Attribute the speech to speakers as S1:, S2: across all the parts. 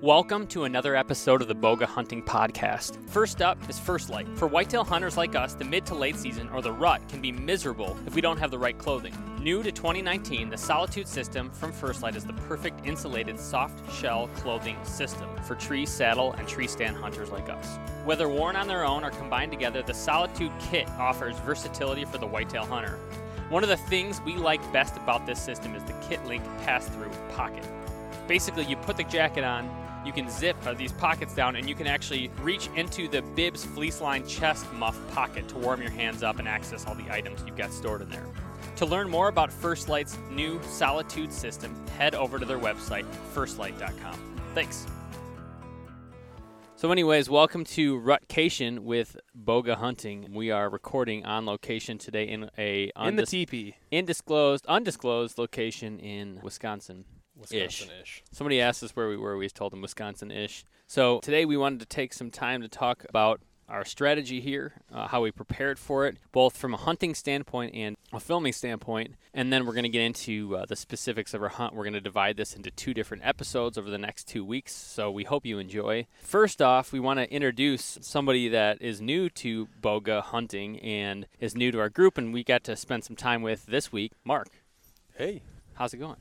S1: Welcome to another episode of the Boga Hunting Podcast. First up is First Light. For whitetail hunters like us, the mid to late season or the rut can be miserable if we don't have the right clothing. New to 2019, the Solitude system from First Light is the perfect insulated soft shell clothing system for tree, saddle, and tree stand hunters like us. Whether worn on their own or combined together, the Solitude kit offers versatility for the whitetail hunter. One of the things we like best about this system is the kit link pass through pocket. Basically, you put the jacket on, you can zip uh, these pockets down, and you can actually reach into the bib's fleece lined chest muff pocket to warm your hands up and access all the items you've got stored in there. To learn more about First Light's new Solitude system, head over to their website, firstlight.com. Thanks. So, anyways, welcome to Rutcation with Boga Hunting. We are recording on location today in a
S2: in the
S1: undis-
S2: teepee.
S1: indisclosed, undisclosed location in Wisconsin.
S2: Wisconsin-ish.
S1: Somebody asked us where we were. We told them Wisconsin ish. So today we wanted to take some time to talk about our strategy here, uh, how we prepared for it, both from a hunting standpoint and a filming standpoint. And then we're going to get into uh, the specifics of our hunt. We're going to divide this into two different episodes over the next two weeks. So we hope you enjoy. First off, we want to introduce somebody that is new to Boga hunting and is new to our group, and we got to spend some time with this week. Mark,
S2: Hey,
S1: how's it going?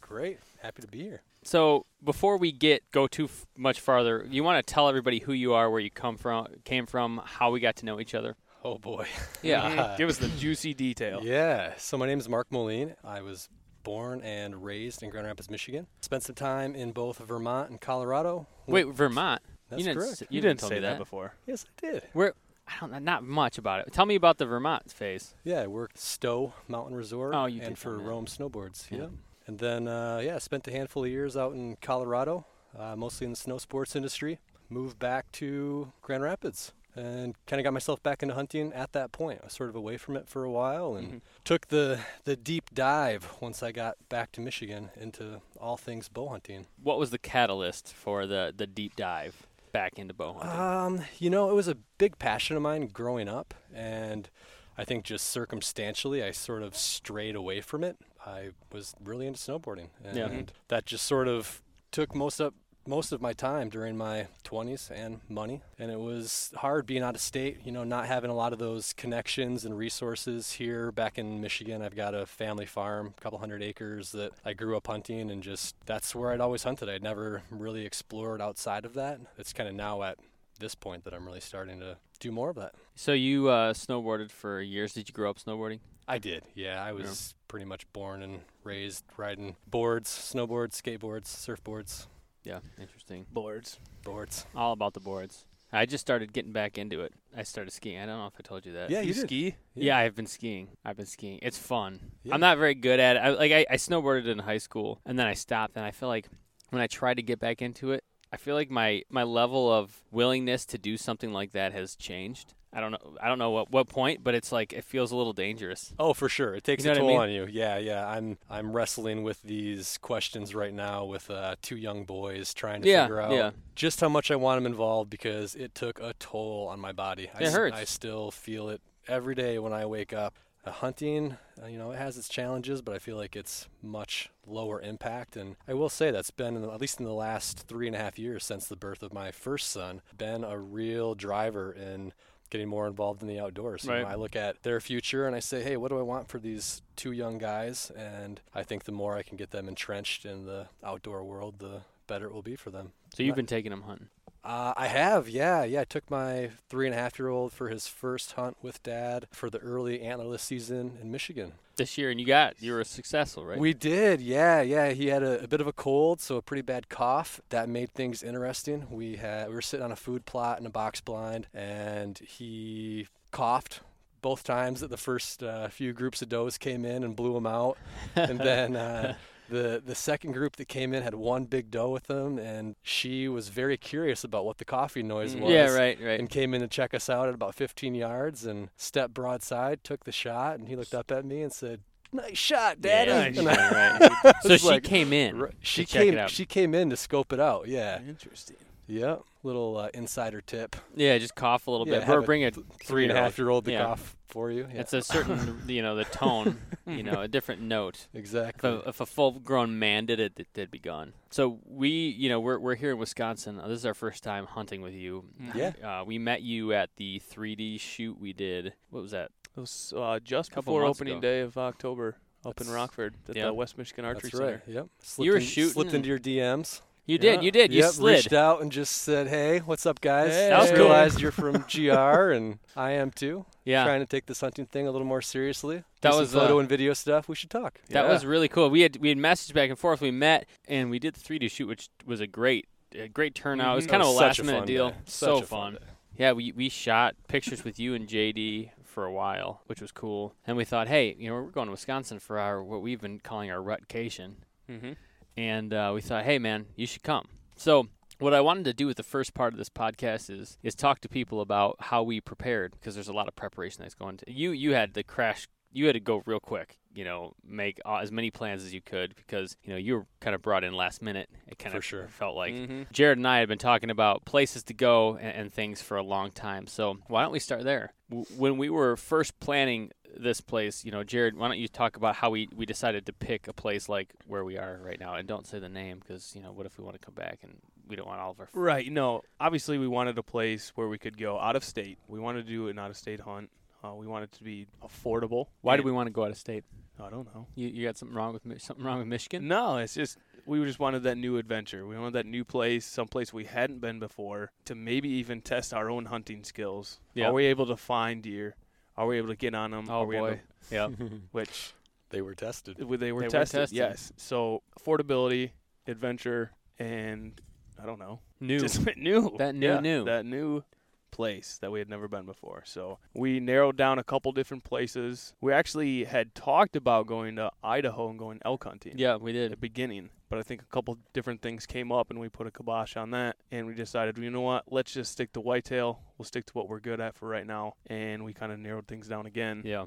S2: great. Happy to be here.
S1: So before we get go too f- much farther, you want to tell everybody who you are, where you come from, came from, how we got to know each other.
S2: Oh boy.
S1: Yeah.
S3: Give us the juicy detail.
S2: yeah. So my name is Mark Moline. I was born and raised in Grand Rapids, Michigan. Spent some time in both Vermont and Colorado.
S1: Wait, Vermont.
S2: That's
S1: you didn't,
S2: correct.
S1: s-
S3: You, didn't
S1: tell
S3: say
S1: me
S3: that.
S1: that
S3: before.
S2: Yes, I did.
S1: Where I don't know, not much about it. Tell me about the Vermont phase.
S2: Yeah, I worked Stowe Mountain Resort
S1: Oh, you did
S2: and for
S1: tell me that.
S2: Rome Snowboards.
S1: Yeah.
S2: Yeah. And then uh, yeah, spent a handful of years out in Colorado, uh, mostly in the snow sports industry. Moved back to Grand Rapids and kind of got myself back into hunting at that point. I was sort of away from it for a while
S1: Mm-hmm.
S2: and took the the deep dive once I got back to Michigan into all things bow hunting.
S1: What was the catalyst for the the deep dive back into bow hunting?
S3: Uh,
S2: Um, you know, it was a big passion of mine growing up, and I think just circumstantially, I sort of strayed away from it. I was really into snowboarding, and
S1: Yeah.
S2: that just sort of took most up most of my time during my 20s and money and it was hard being out of state you know not having a lot of those connections and resources here back in michigan i've got a family farm a couple hundred acres that i grew up hunting and just that's where i'd always hunted i'd never really explored outside of that it's kind of now at this point that i'm really starting to do more of that
S1: so you uh, snowboarded for years. Did you grow up snowboarding?
S2: i did yeah i was pretty much born and raised riding boards snowboards skateboards surfboards
S1: Yeah, interesting.
S3: Boards.
S2: boards
S1: All about the boards. I just started getting back into it. I started skiing. I don't know if I told you that.
S2: Yeah,
S3: you
S2: you did.
S3: ski?
S1: Yeah,
S2: Yeah.
S1: I've been skiing. I've been skiing. It's fun.
S2: Yeah.
S1: I'm not very good at it. I, like I, I snowboarded in high school, and then I stopped. And I feel like when I try to get back into it, I feel like my my level of willingness to do something like that has changed. I don't know. I don't know what what point, but it's like it feels a little dangerous.
S2: Oh, for sure, it takes
S1: know
S2: a
S1: what I
S2: toll
S1: mean?
S2: on you. Yeah, yeah. I'm I'm wrestling with these questions right now with uh, two young boys trying to
S1: Yeah,
S2: figure out
S1: yeah.
S2: just how much I want them involved because it took a toll on my body. I
S1: It
S2: s-
S1: hurts.
S2: I still feel it every day when I wake up. Uh, hunting, uh, you know, it has its challenges, but I feel like it's much lower impact. And I will say that's been, in the, at least in the last three and a half years since the birth of my first son, been a real driver in getting more involved in the outdoors. You know,
S1: Right.
S2: I I look at their future and I say, hey, what do I want for these two young guys? And I think the more I can get them entrenched in the outdoor world, the better it will be for them.
S1: So you've been taking them hunting.
S2: Uh, I have, yeah, yeah. I took my three and a half year old for his first hunt with dad for the early antlerless season in Michigan.
S1: This year, and you got you were successful, right?
S2: We did, yeah, yeah. He had a, a bit of a cold, so a pretty bad cough. That made things interesting. We had we were sitting on a food plot in a box blind, and he coughed both times that the first uh, few groups of does came in and blew him out, and then. Uh, The, the second group that came in had one big doe with them, and she was very curious about what the coffee noise
S1: Mm.
S2: was
S1: yeah, right, right.
S2: and came in to check us out at about 15 yards and stepped broadside, took the shot, and he looked up at me and said, "Nice shot, Daddy."
S1: Yeah,
S2: And I-
S1: right. So
S2: was
S1: she
S2: like,
S1: came in.
S2: Ri- she
S1: to check it
S2: came
S1: out.
S2: she came in to scope it out. Yeah,
S3: Interesting.
S2: Yeah, little uh, insider tip.
S1: Yeah, just cough a little
S2: Yeah,
S1: bit.
S2: have
S1: Or
S2: a
S1: bring a
S2: Three and a half year old to
S1: Yeah.
S2: cough for you. Yeah,
S1: It's a certain, you know, the tone, you know, a different note. If
S2: exactly.
S1: a, if a full-grown man did it, th- they'd be gone. So we, you know, we're, we're here in Wisconsin. Uh, This is our first time hunting with you.
S2: Yeah.
S1: Uh, we met you at the 3D shoot we did. What was that?
S3: It was uh, just
S1: Couple
S3: before
S1: months
S3: opening
S1: ago.
S3: day of October up in
S2: That's-
S3: Rockford at
S1: yeah.
S3: the West Michigan Archery
S2: That's right.
S3: Center.
S2: Yep. Slipped
S1: You were
S2: in- Slipped
S1: shooting-
S2: into your DMs.
S1: You did. You did. You
S2: Yep,
S1: slid.
S2: reached out and just said, "Hey, what's up, guys?"
S3: Hey.
S1: That was
S2: I
S1: cool.
S2: realized you're from GR, and I am too.
S1: Yeah.
S2: Trying to take this hunting thing a little more seriously. Do
S1: That
S2: some
S1: was, uh,
S2: photo and video stuff. We should talk.
S1: That
S2: Yeah.
S1: was really cool. We had we had messaged back and forth. We met and we did the 3D shoot, which was a great a great turnout. It was
S3: Mhm.
S1: kind
S2: That
S1: of a
S2: Mm-hmm. was
S1: last
S2: such
S1: minute
S2: fun
S1: deal.
S2: day.
S1: So
S2: Such a
S1: fun.
S2: day.
S1: Yeah, we, we shot pictures with you and JD for a while, which was cool. And we thought, hey, you know, we're going to Wisconsin for our what we've been calling our rutcation,
S3: Mm-hmm.
S1: and uh, we thought, hey, man, you should come. So what I wanted to do with the first part of this podcast is is talk to people about how we prepared because there's a lot of preparation that's going to you. You had the crash. You had to go real quick. You know, make uh, as many plans as you could because you know you were kind of brought in last minute. It kind
S2: For
S1: of
S2: sure.
S1: felt like.
S3: mm-hmm.
S1: Jared and I had been talking about places to go and, and things for a long time. So why don't we start there? W- when we were first planning this place, you know, Jared, why don't you talk about how we, we decided to pick a place like where we are right now, and don't say the name because you know what if we want to come back and we don't want all of our. F-
S3: Right. No, obviously we wanted a place where we could go out of state. We wanted to do an out of state hunt. Uh, we wanted to be affordable.
S1: why do
S3: and-
S1: we want to go out of state?
S3: I don't know.
S1: You, you got something wrong with Mi- something wrong with Michigan?
S3: No, it's just we just wanted that new adventure. We wanted that new place, someplace we hadn't been before, to maybe even test our own hunting skills.
S1: Yeah.
S3: Are we able to find deer? Are we able to get on them?
S1: Oh
S3: Are we able-
S1: boy. Yeah.
S3: Which
S2: They were tested.
S3: Well, They were
S1: They were
S3: tested.
S1: tested.
S3: Yes. So affordability, adventure, and I don't know,
S1: New.
S3: just new.
S1: That new,
S3: Yeah,
S1: new.
S3: That new place that we had never been before. So we narrowed down a couple different places. We actually had talked about going to Idaho and going elk hunting.
S1: yeah, we
S3: At the
S1: did.
S3: beginning, but I think a couple different things came up, and we put a kibosh on that, and we decided, you know what, let's just stick to whitetail. We'll stick to what we're good at for right now, and we kind of narrowed things down again,
S1: Yeah.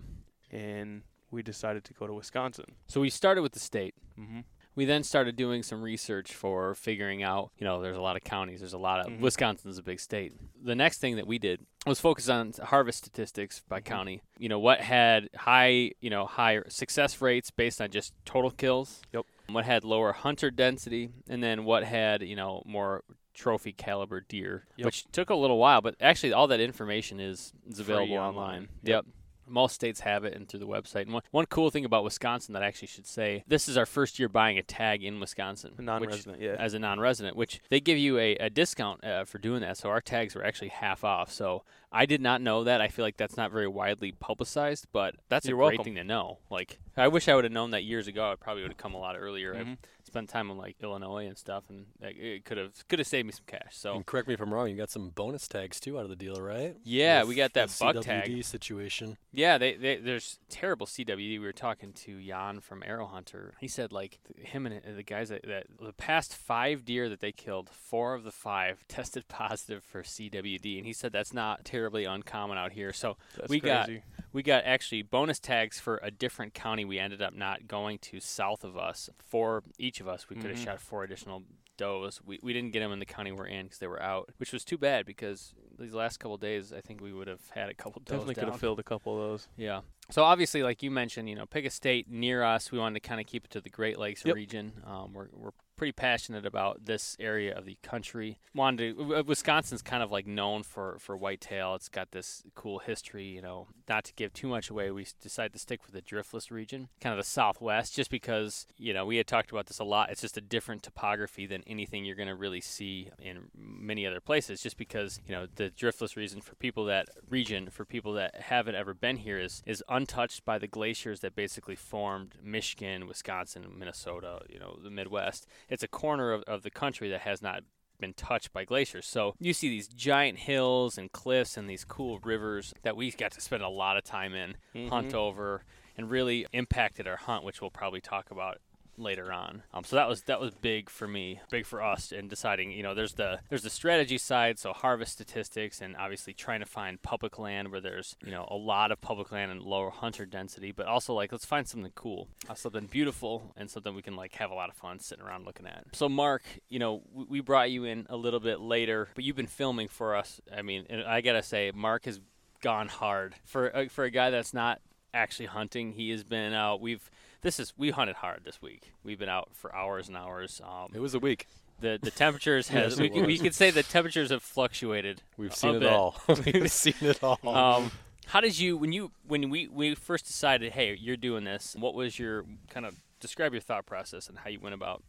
S3: and we decided to go to Wisconsin.
S1: So we started with the state.
S3: Mm-hmm.
S1: We then started doing some research for figuring out, you know, there's a lot of counties, there's a lot of
S3: Mhm.
S1: Wisconsin's a big state. The next thing that we did was focus on harvest statistics by
S3: Mm-hmm.
S1: county. You know, what had high, you know, higher success rates based on just total kills.
S3: Yep.
S1: What had lower hunter density and then what had, you know, more trophy caliber deer,
S3: Yep.
S1: which took a little while, but actually all that information is, is
S3: Free
S1: available
S3: online.
S1: online. yep.
S3: Yep.
S1: Most states have it and through the website. And one, one cool thing about Wisconsin that I actually should say this is our first year buying a tag in Wisconsin.
S3: A
S1: which-
S3: non-resident, yeah.
S1: As a non resident, which they give you a, a discount uh, for doing that. So our tags were actually half off. So I did not know that. I feel like that's not very widely publicized, but that's
S3: You're
S1: a great
S3: welcome.
S1: thing to know. Like, I wish I would have known that years ago. I probably would have come a lot earlier. I
S3: Mhm.
S1: spent time in like Illinois and stuff, and like, it could have could have saved me some cash. So
S2: And correct me if I'm wrong. You got some bonus tags too out of the deal, right?
S1: yeah,
S2: With
S1: we got that
S2: the
S1: buck tag.
S2: CWD situation.
S1: Yeah, they, they there's terrible CWD. We were talking to Jan from Arrow Hunter. He said like th- him and uh, the guys that, that the past five deer that they killed, four of the five tested positive for CWD, and he said that's not terribly uncommon out here. So
S3: That's
S1: we got
S3: crazy.
S1: we got actually bonus tags for a different county we ended up not going to south of us. For each of us, we could have
S3: Mhm.
S1: shot four additional does. We, we didn't get them in the county we're in because they were out, which was too bad because these last couple days, I think we would have had a couple does
S3: definitely could
S1: down.
S3: have filled a couple of those.
S1: Yeah. So obviously, like you mentioned, you know, pick a state near us. We wanted to kind of keep it to the Great Lakes
S3: Yep.
S1: region. Um, we're we're pretty passionate about this area of the country. Wanted to, w- Wisconsin's kind of like known for for whitetail. It's got this cool history. You know, not to give too much away, we s- decided to stick with the driftless region, kind of the Southwest, just because you know we had talked about this a lot. It's just a different topography than anything you're going to really see in many other places. Just because you know the driftless region for people that region for people that haven't ever been here is is untouched by the glaciers that basically formed Michigan, Wisconsin, Minnesota. You know the Midwest. It's a corner of, of the country that has not been touched by glaciers. So you see these giant hills and cliffs and these cool rivers that we got to spend a lot of time in, hunt over, and really impacted our hunt, which we'll probably talk about later on. Um, so that was that was big for me, big for us in deciding. You know, there's the there's the strategy side, so harvest statistics, and obviously trying to find public land where there's you know a lot of public land and lower hunter density, but also like let's find something cool, uh, something beautiful, and something we can like have a lot of fun sitting around looking at. So Mark, you know, we, we brought you in a little bit later, but you've been filming for us. I mean, and I gotta say, Mark has gone hard for uh, for a guy that's not actually hunting. He has been out. We've this is we hunted hard this week. We've been out for hours and hours.
S2: It
S1: Um,
S2: was a week.
S1: the the temperatures has
S2: Yes,
S1: we,
S2: it
S1: we
S2: was.
S1: could say the temperatures have fluctuated.
S2: We've
S1: a
S2: seen it
S1: bit.
S2: all. We've seen it all.
S1: Um, how did you when you when we we first decided, hey, you're doing this? What was your kind of describe your thought process and how you went about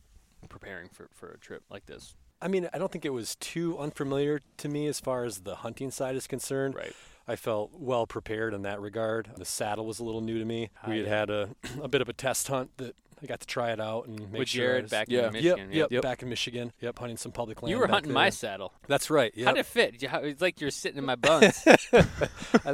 S1: preparing for for a trip like this?
S2: I mean, I don't think it was too unfamiliar to me as far as the hunting side is concerned.
S1: Right.
S2: I felt well prepared in that regard. The saddle was a little new to me.
S1: Ah,
S2: we had
S1: yeah.
S2: had a, a bit of a test hunt that I got to try it out and make
S1: With
S2: sure I
S1: Jared
S2: was-
S1: back
S3: yeah.
S1: in Michigan,
S2: Yep,
S1: yeah.
S2: yep, back in Michigan. Yep, hunting some public land.
S1: You were
S2: back
S1: hunting
S2: there.
S1: my saddle.
S2: That's right. Yep.
S1: How did it fit? Did you- how- It's like you're sitting in my buns.
S2: I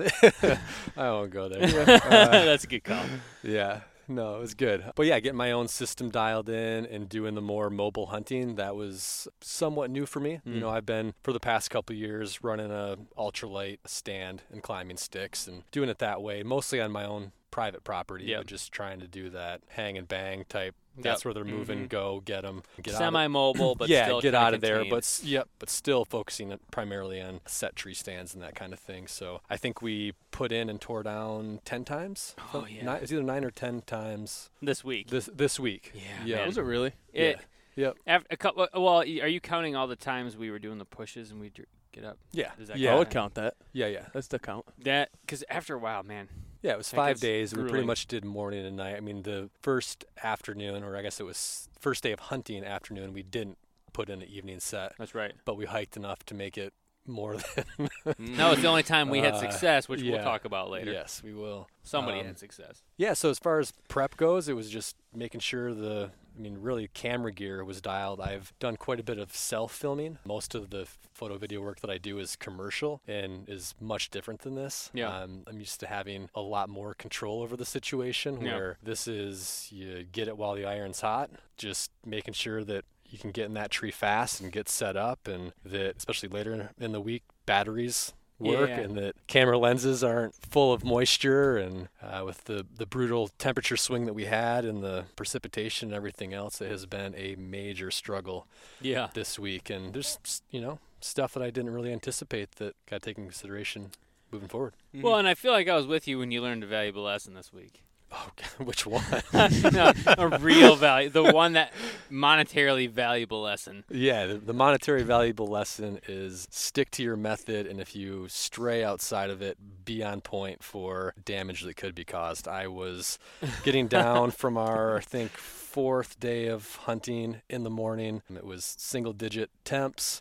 S2: thi- I won't go there. Uh,
S1: That's a good call.
S2: yeah. No, it was good. But yeah, getting my own system dialed in and doing the more mobile hunting, that was somewhat new for me.
S1: Mm.
S2: You know, I've been for the past couple years running a ultralight stand and climbing sticks and doing it that way, mostly on my own private property,
S1: Yep.
S2: but just trying to do that hang and bang type. That's
S1: Yep. Mm-hmm.
S2: where they're moving,
S3: Mhm.
S2: go, get them, get out of
S1: Semi-mobile, but
S2: yeah,
S1: still
S2: get
S1: kinda
S2: out of there.
S1: contained.
S2: But s- yep, but still focusing it primarily on set tree stands and that kind of thing. So I think we put in and tore down ten times.
S1: Oh,
S2: Some-
S1: yeah.
S2: nine, it's either nine or ten times
S1: this week,
S2: this this week.
S1: Yeah,
S2: yeah,
S1: man.
S3: Was it really?
S1: it,
S2: yeah. Yep.
S1: Af a couple, well, y- are you counting all the times we were doing the pushes and we dr- get up?
S2: yeah,
S1: Does that
S3: I
S2: yeah,
S1: count?
S3: would count that.
S2: yeah, yeah,
S3: That's the count.
S1: That because after a while, man,
S2: yeah. It was
S1: That
S2: five
S1: gets
S2: days. We
S3: grueling.
S2: pretty much did morning and night. I mean, the first afternoon, or I guess it was first day of hunting afternoon, we didn't put in an evening set,
S1: that's right.
S2: but we hiked enough to make it more than
S3: Mm-hmm.
S1: No, it's the only time we had
S2: Uh,
S1: success, which we'll
S2: yeah.
S1: talk about later.
S2: yes, we will.
S1: Somebody
S2: Um,
S1: had success.
S2: Yeah, so as far as prep goes, it was just making sure the I mean, really camera gear was dialed. I've done quite a bit of self filming. Most of the photo video work that I do is commercial and is much different than this.
S1: Yeah.
S2: Um, I'm used to having a lot more control over the situation
S1: Yeah.
S2: where this is you get it while the iron's hot, just making sure that you can get in that tree fast and get set up and that especially later in- in the week batteries work
S1: Yeah.
S2: and that camera lenses aren't full of moisture and uh, with the, the brutal temperature swing that we had and the precipitation and everything else it has been a major struggle
S1: Yeah,
S2: this week and there's s- you know stuff that i didn't really anticipate that got taken into consideration moving forward
S3: Mm-hmm.
S1: Well, and I feel like I was with you when you learned a valuable lesson this week.
S2: oh God, which one
S1: no, a real value, the one that monetarily valuable lesson.
S2: yeah the, the monetary valuable lesson is stick to your method and if you stray outside of it be on point for damage that could be caused i was getting down from our I think fourth day of hunting in the morning. It was single digit temps,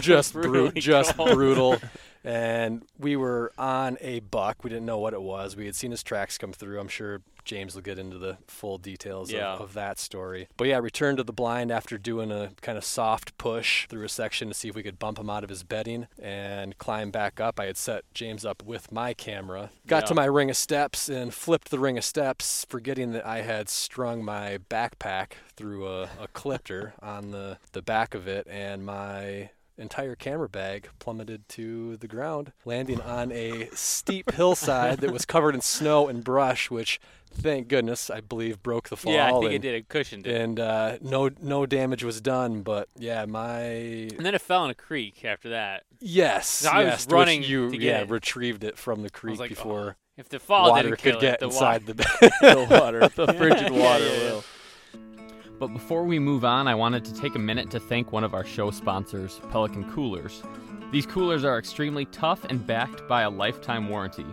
S2: just brute,
S1: Brutally
S2: just
S1: cold.
S2: brutal. And we were on a buck. We didn't know what it was. We had seen his tracks come through. I'm sure James will get into the full details
S1: Yeah.
S2: of, of that story. But yeah, returned to the blind after doing a kind of soft push through a section to see if we could bump him out of his bedding and climb back up. I had set James up with my camera. Got to
S1: Yeah.
S2: my ring of steps and flipped the ring of steps, forgetting that I had strung my backpack through a, a clipter on the, the back of it, and my entire camera bag plummeted to the ground, landing on a steep hillside that was covered in snow and brush, which, thank goodness, I believe broke the fall.
S1: yeah, I think it
S2: and-
S1: did. It cushioned it,
S2: And uh, no, no damage was done, but yeah, my
S1: and then it fell in a creek after that.
S2: yes,
S1: I was
S2: yes, which
S1: running
S2: You
S1: to get
S2: yeah,
S1: it.
S2: retrieved it from the creek
S1: like, oh.
S2: before
S1: If the fall
S2: water
S1: didn't
S2: could
S1: kill it,
S2: get
S1: the water.
S2: inside the bag.
S3: the water, the frigid water
S1: yeah, yeah.
S3: will.
S1: But before we move on, I wanted to take a minute to thank one of our show sponsors, Pelican Coolers. These coolers are extremely tough and backed by a lifetime warranty.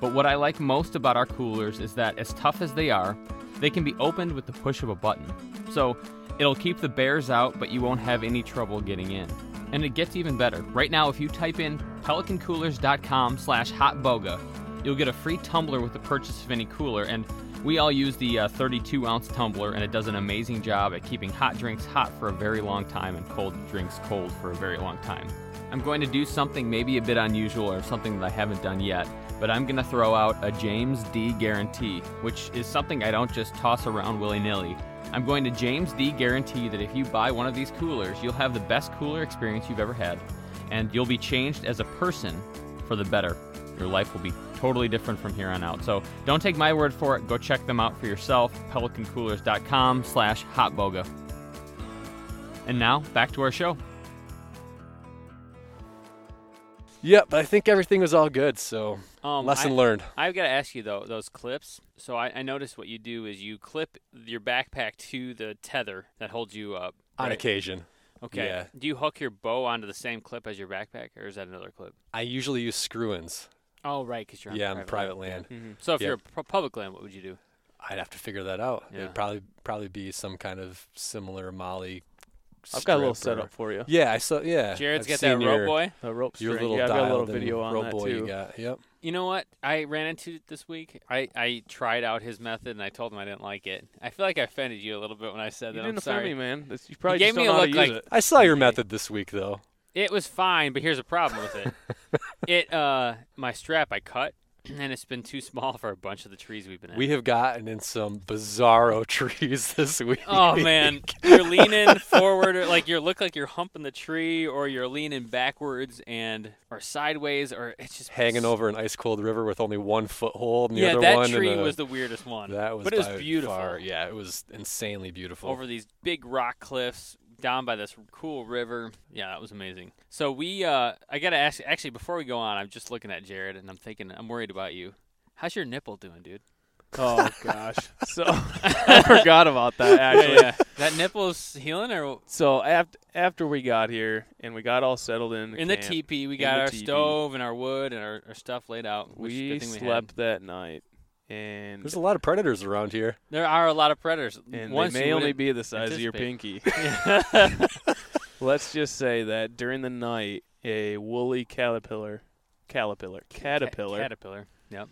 S1: But what I like most about our coolers is that, as tough as they are, they can be opened with the push of a button. So it'll keep the bears out, but you won't have any trouble getting in. And it gets even better. Right now, if you type in pelicancoolers.com slash hotboga, you'll get a free tumbler with the purchase of any cooler. And
S4: We all use the uh, 32 ounce tumbler, and it does an amazing job at keeping hot drinks hot for a very long time and cold drinks cold for a very long time. I'm going to do something maybe a bit unusual or something that I haven't done yet, but I'm going to throw out a James D guarantee, which is something I don't just toss around willy nilly. I'm going to James D guarantee that if you buy one of these coolers, you'll have the best cooler experience you've ever had, and you'll be changed as a person for the better. Your life will be totally different from here on out. So don't take my word for it. Go check them out for yourself. Pelicancoolers.com slash hotboga. And now back to our show.
S2: Yep, I think everything was all good. So
S1: Um,
S2: lesson
S1: I-
S2: learned.
S1: I've got to ask you though those clips. So I, I noticed what you do is you clip your backpack to the tether that holds you up.
S2: On
S1: right?
S2: occasion,
S1: Okay.
S2: yeah.
S1: Do you hook your bow onto the same clip as your backpack, or is that another clip?
S2: I usually use screw-ins.
S1: Oh, right, because you're on
S2: yeah,
S1: private
S2: on private land.
S3: Mm-hmm.
S1: So if
S2: Yeah.
S1: you're a pu- public land, what would you do?
S2: I'd have to figure that out.
S1: Yeah.
S2: It'd probably probably be some kind of similar Molly.
S3: I've got a little
S2: strip or-
S3: setup for you.
S2: Yeah, I saw. Yeah,
S1: Jared's
S2: Uh,
S1: got
S2: I've
S1: that
S2: seen
S1: rope
S2: your-
S1: boy.
S3: The rope
S2: Your
S3: string.
S2: little
S3: yeah, I've got a
S2: dialed
S3: little
S2: in
S3: video on
S2: rope
S3: that
S2: boy
S3: too.
S2: you got. Yep.
S1: You know what? I ran into it this week. I, I tried out his method and I told him I didn't like it. I feel like I offended you a little bit when I said
S3: You
S1: that.
S3: didn't
S1: I'm
S3: offend
S1: sorry.
S3: me, man. That's- You probably
S1: gave
S3: just
S1: me
S3: don't
S1: a
S3: know how
S1: look
S3: to use
S1: like-
S3: it.
S2: I saw your method this week though.
S1: It was fine, but here's a problem with it. it uh my strap I cut and it's been too small for a bunch of the trees we've been in.
S2: We have gotten in some bizarro trees this week.
S1: Oh man, you're leaning forward, or like you look like you're humping the tree, or you're leaning backwards and or sideways, or it's just
S2: Hanging over an ice cold river with only one foothold, and the
S1: Yeah,
S2: other
S1: that
S2: one.
S1: tree
S2: and a-
S1: was the weirdest one.
S2: that was
S1: but it was
S2: by
S1: beautiful
S2: far- yeah, it was insanely beautiful.
S1: over these big rock cliffs down by this cool river. Yeah, that was amazing. So we, uh I gotta ask. Actually, before we go on, I'm just looking at Jared and I'm thinking, I'm worried about you. How's your nipple doing, dude?
S3: Oh gosh. So I forgot about that actually.
S1: that nipple's healing, or
S3: So after after we got here and we got all settled in
S1: in the
S3: camp,
S1: teepee, we
S3: In
S1: got
S3: the
S1: our
S3: teepee.
S1: stove and our wood and our, our stuff laid out. Which
S3: we
S1: good thing we had.
S3: slept that night and
S2: There's a lot of predators around here.
S1: There are a lot of predators.
S3: and
S1: Once
S3: they may
S1: you
S3: only
S1: wouldn't-
S3: be the size of your pinky.
S1: Yeah.
S3: Let's just say that during the night, a woolly caterpillar, caterpillar, caterpillar,
S1: Caterpillar.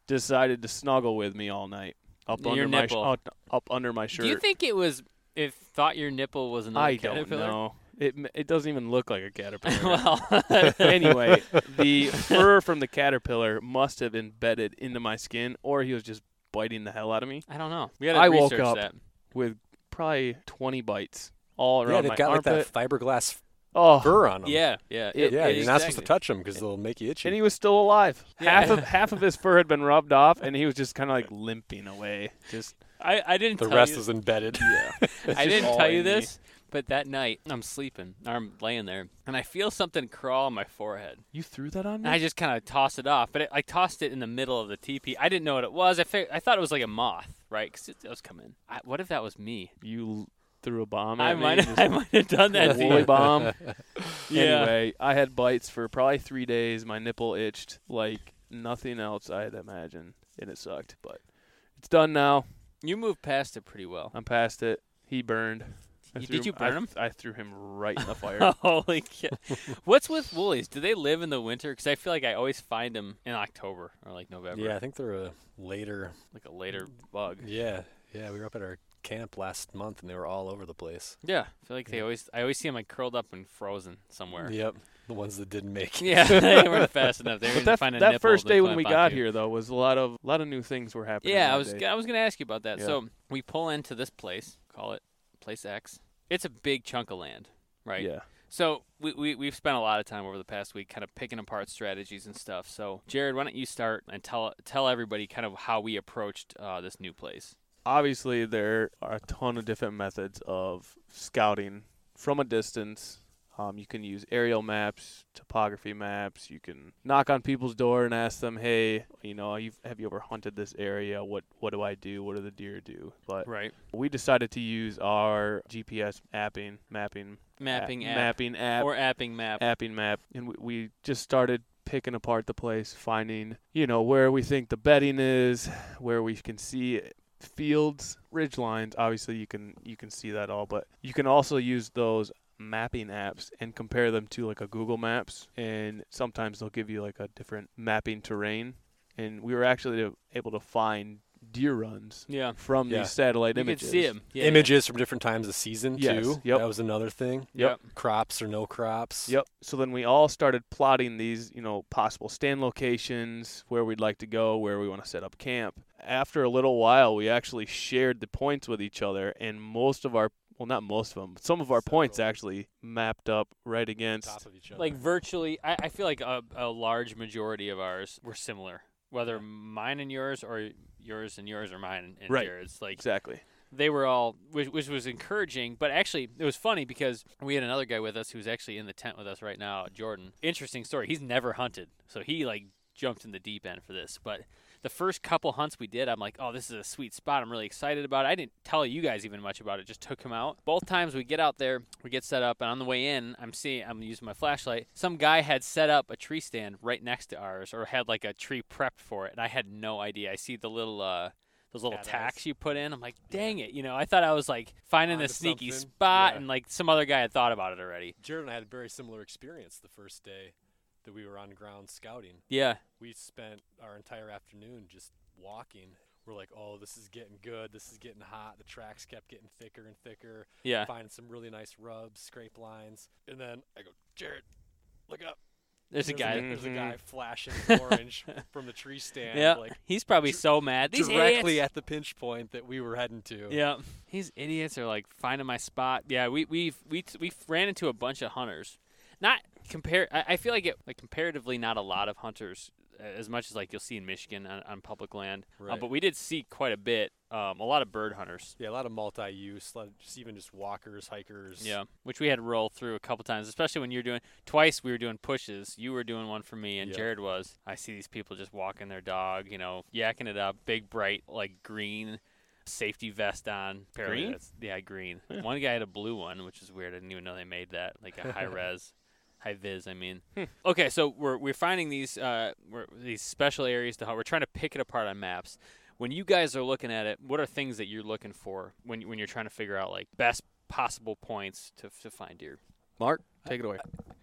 S3: decided to snuggle with me all night up
S1: Your
S3: under
S1: nipple.
S3: my sh- up, up under my shirt.
S1: Do you think it was? If thought your nipple was another
S3: I don't
S1: caterpillar?
S3: know. It m- it doesn't even look like a caterpillar.
S1: well,
S3: anyway, the fur from the caterpillar must have embedded into my skin, or he was just biting the hell out of me
S1: I don't know. We gotta
S3: I woke
S1: research
S3: up
S1: that.
S3: with probably 20 bites all
S2: yeah,
S3: around
S2: they've
S3: my
S2: got
S3: armpit.
S2: like that fiberglass
S3: oh,
S2: fur on them.
S1: Yeah, yeah,
S3: It-
S2: yeah. You're not supposed to
S1: exactly.
S2: touch them because they'll make you itchy.
S3: and he was still alive.
S1: Yeah.
S3: Half of half of his fur had been rubbed off, and he was just kind of like limping away. Just
S1: I, I didn't.
S2: the
S1: tell
S2: rest
S1: you,
S2: is embedded.
S3: yeah.
S1: I didn't tell you this, but that night I'm sleeping. or I'm laying there, and I feel something crawl on my forehead.
S3: You threw that on me.
S1: And I just kind of tossed it off, but it, I tossed it in the middle of the teepee. I didn't know what it was. I fig- I thought it was like a moth, right? Because it, it was coming. I, what if that was me?
S3: you l- threw a bomb. At
S1: I
S3: me,
S1: might,
S3: just
S1: I might have done
S3: a
S1: that. to
S3: woolly
S1: you.
S3: bomb.
S1: Yeah.
S3: Anyway, I had bites for probably three days. My nipple itched like nothing else I'd imagine, and it sucked. But it's done now.
S1: You moved past it pretty well.
S3: I'm past it. He burned. I
S1: You-
S3: threw-
S1: did you
S3: I-
S1: burn him?
S3: I threw him right in the fire.
S1: Holy cow. What's with woolies? Do they live in the winter? Because I feel like I always find them in October or like November.
S2: Yeah, I think they're a later.
S1: Like a later
S3: Mm.
S1: bug.
S2: Yeah, yeah. We were up at our camp last month, and they were all over the place.
S1: Yeah. I feel like they always, I always see them like curled up and frozen somewhere. Yeah.
S2: Yep, the ones that didn't make. it.
S1: they weren't fast enough. They were
S3: But
S1: gonna
S3: that,
S1: find a
S3: that
S1: nipple
S3: first
S1: to
S3: day when
S1: climb
S3: we got
S1: onto.
S3: here though was a lot of lot of new things were happening.
S1: Yeah, I
S3: that
S1: was
S3: day.
S1: I was gonna ask you about that.
S3: Yeah.
S1: So we pull into this place, call it Place X. It's a big chunk of land, right?
S3: Yeah.
S1: So we, we we've spent a lot of time over the past week, kind of picking apart strategies and stuff. So Jared, why don't you start and tell tell everybody kind of how we approached uh, this new place?
S3: obviously there are a ton of different methods of scouting from a distance. Um, you can use aerial maps, topography maps. You can knock on people's door and ask them, "Hey, you know, you've, have you ever hunted this area? What what do I do? What do the deer do?" But
S1: Right.
S3: we decided to use our GPS apping, mapping,
S1: Mapping
S3: a-
S1: app,
S3: mapping app,
S1: or apping map.
S3: apping map, and we, we just started picking apart the place, finding you know where we think the bedding is, where we can see fields, ridge lines. Obviously, you can you can see that all, but you can also use those mapping apps and compare them to like a Google Maps, and sometimes they'll give you like a different mapping terrain. And we were actually able to find deer runs
S1: Yeah.
S3: from
S2: Yeah.
S3: these satellite
S1: You
S3: images.
S1: can see him. Yeah,
S2: Images from different times of season
S3: Yes,
S2: too.
S3: yep.
S2: That was another thing.
S3: Yep.
S2: Crops or no crops.
S3: Yep. So then we all started plotting these, you know, possible stand locations, where we'd like to go, where we want to set up camp. After a little while, we actually shared the points with each other, and most of our, well, not most of them, some of our points
S2: Several.
S3: actually mapped up right
S2: Top
S3: against.
S2: of each
S1: yeah.
S2: other.
S1: Like virtually, I, I feel like a, a large majority of ours were similar, whether mine and yours or yours and yours or mine and
S3: Right.
S1: yours. Like
S3: Exactly.
S1: they were all, which, which was encouraging. But actually, it was funny because we had another guy with us who's actually in the tent with us right now, Jordan. Interesting story. He's never hunted, so he like jumped in the deep end for this. But the first couple hunts we did, I'm like, oh, this is a sweet spot. I'm really excited about it. I didn't tell you guys even much about it. Just took him out. Both times we get out there, we get set up, and on the way in, I'm seeing, I'm using my flashlight. Some guy had set up a tree stand right next to ours, or had like a tree prepped for it, and I had no idea. I see the little. uh those little
S2: Shadows.
S1: tacks you put in, I'm like, dang it, you know. I thought I was like finding a
S2: Onto
S1: sneaky
S2: something.
S1: spot,
S2: Yeah.
S1: and like some other guy had thought about it already.
S2: Jared and I had a very similar experience the first day that we were on ground scouting.
S1: Yeah,
S2: We spent our entire afternoon just walking. We're like, oh, this is getting good. This is getting hot. The tracks kept getting thicker and thicker.
S1: yeah.
S2: Finding some really nice rubs, scrape lines. And then I go, Jared, look up.
S1: There's a guy. Mm-hmm.
S3: guy.
S2: there's a
S3: Mhm.
S2: guy flashing orange from the tree stand.
S1: Yeah,
S2: Like,
S1: he's probably
S2: dr-
S1: so mad. These
S2: directly
S1: idiots.
S2: at the pinch point that we were heading to.
S1: yeah, these idiots are like finding my spot. Yeah, we we we t- we ran into a bunch of hunters. Not compare. I, I feel like it like comparatively not a lot of hunters uh, as much as like you'll see in Michigan on, on public land. Uh,
S2: Right.
S1: but we did see quite a bit. Um, a lot of bird hunters.
S2: Yeah, a lot of multi-use, a lot of just even just walkers, hikers.
S1: Yeah, which we had to roll through a couple times, especially when you're doing twice. We were doing pushes. You were doing one for me, and
S2: Yeah.
S1: Jared was. I see these people just walking their dog, you know, yakking it up. Big bright like green safety vest on. pair of
S3: Green?
S1: that's- Yeah, green.
S3: Yeah.
S1: One guy had a blue one, which is weird. I didn't even know they made that like a high res. High vis, I mean. Okay, so we're we're finding these uh we're, these special areas to hunt. We're trying to pick it apart on maps. When you guys are looking at it, what are things that you're looking for when you- when you're trying to figure out like best possible points to to find deer?
S3: Mark, take it away.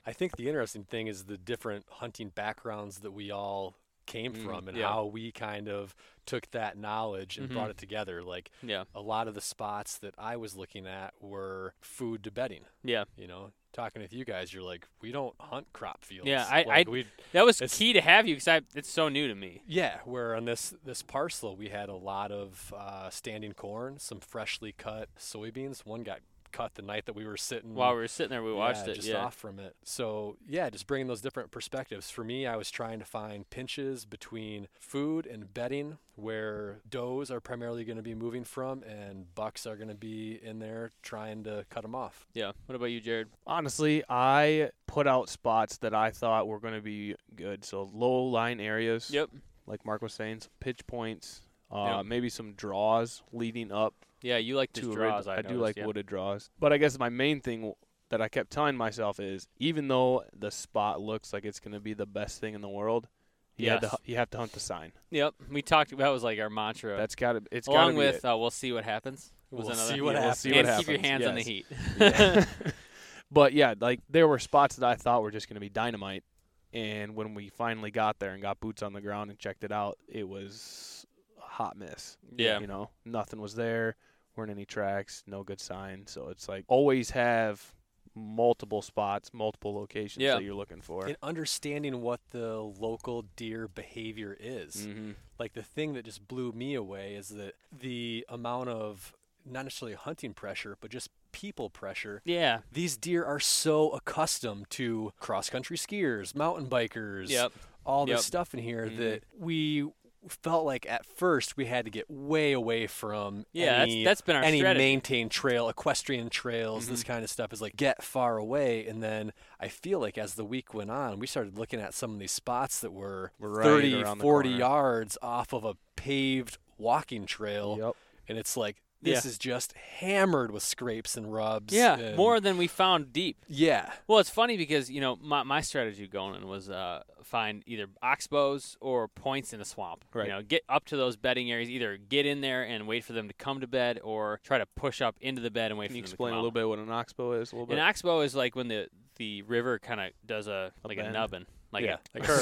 S2: I think the interesting thing is the different hunting backgrounds that we all came
S3: Mm,
S2: from and
S1: yeah.
S2: how we kind of took that knowledge and
S1: Mhm.
S2: brought it together. Like
S1: Yeah,
S2: a lot of the spots that I was looking at were food to bedding.
S1: yeah,
S2: You know, talking with you guys, you're like, we don't hunt crop fields.
S1: Yeah, I-
S2: like,
S1: I-
S2: we
S1: that was
S2: It's-
S1: key to have you because it's so new to me.
S2: Yeah, where on this this parcel we had a lot of uh, standing corn, some freshly cut soybeans. One got cut the night that we were sitting
S1: While we were sitting there, we watched
S2: yeah,
S1: it.
S2: just
S1: yeah,
S2: off from it. So yeah, just bringing those different perspectives. For me, I was trying to find pinches between food and bedding, where does are primarily going to be moving from, and bucks are going to be in there trying to cut them off.
S1: yeah. What about you, Jared?
S3: Honestly, I put out spots that I thought were going to be good. So low line areas.
S1: Yep.
S3: Like Mark was saying, some pitch points, uh,
S1: Yep.
S3: maybe some draws leading up
S1: Yeah, you like
S3: to
S1: to
S3: a
S1: draws.
S3: rid-
S1: I,
S3: I, do
S1: noticed,
S3: like
S1: yeah.
S3: wooded draws. But I guess my main thing w- that I kept telling myself is even though the spot looks like it's going to be the best thing in the world, you, had to,
S1: Yes.
S3: hu- you have to hunt the sign.
S1: Yep, we talked. That was like our mantra.
S3: That's got to it's
S1: along
S3: gotta
S1: with
S3: be
S1: uh, we'll see what happens. Was
S2: We'll
S1: another-
S2: see what
S3: Yeah, we'll
S2: happens.
S3: see what
S1: and keep your
S3: happens,
S1: hands on the heat.
S3: yes. it. but yeah, like there were spots that I thought were just going to be dynamite and when we finally got there and got boots on the ground and checked it out, it was a hot miss.
S1: Yeah.
S3: You know, nothing was there, weren't any tracks, no good sign, so it's like always have multiple spots, multiple locations
S1: Yeah.
S3: that you're looking for.
S2: And understanding what the local deer behavior is.
S3: Mm-hmm.
S2: like the thing that just blew me away is that the amount of not necessarily hunting pressure but just people pressure
S1: yeah.
S2: these deer are so accustomed to cross country skiers mountain bikers
S1: Yep.
S2: all this
S1: Yep. Mm-hmm.
S2: stuff in here
S3: Mhm.
S2: that we felt like at first we had to get way away from
S1: Yeah, that's-
S2: any,
S1: that's been our
S2: any
S1: strategy. Mm-hmm.
S2: maintained trail equestrian trails this kind of stuff is like get far away and then i feel like as the week went on we started looking at some of these spots that were
S3: Right
S2: thirty, forty 30
S3: around the
S2: 40
S3: corner.
S2: yards off of a paved walking trail
S3: Yep.
S2: and it's like this is just hammered with scrapes and rubs
S1: Yeah,
S2: and-
S1: more than we found deep.
S2: yeah
S1: Well, it's funny because you know my, my strategy going in was uh, find either oxbows or points in the swamp.
S3: Right.
S1: You know, get up to those bedding areas. Either get in there and wait for them to come to bed, or try to push up into the bed and wait
S3: Can
S1: for
S3: you
S1: them
S3: explain
S1: to
S3: a
S1: come
S3: little
S1: out.
S3: bit what an oxbow is? A little bit.
S1: An oxbow is like when the the river kind of does a,
S3: A
S1: like a
S3: bend.
S1: nubbin. like
S2: yeah,
S1: a,
S2: like
S1: curve.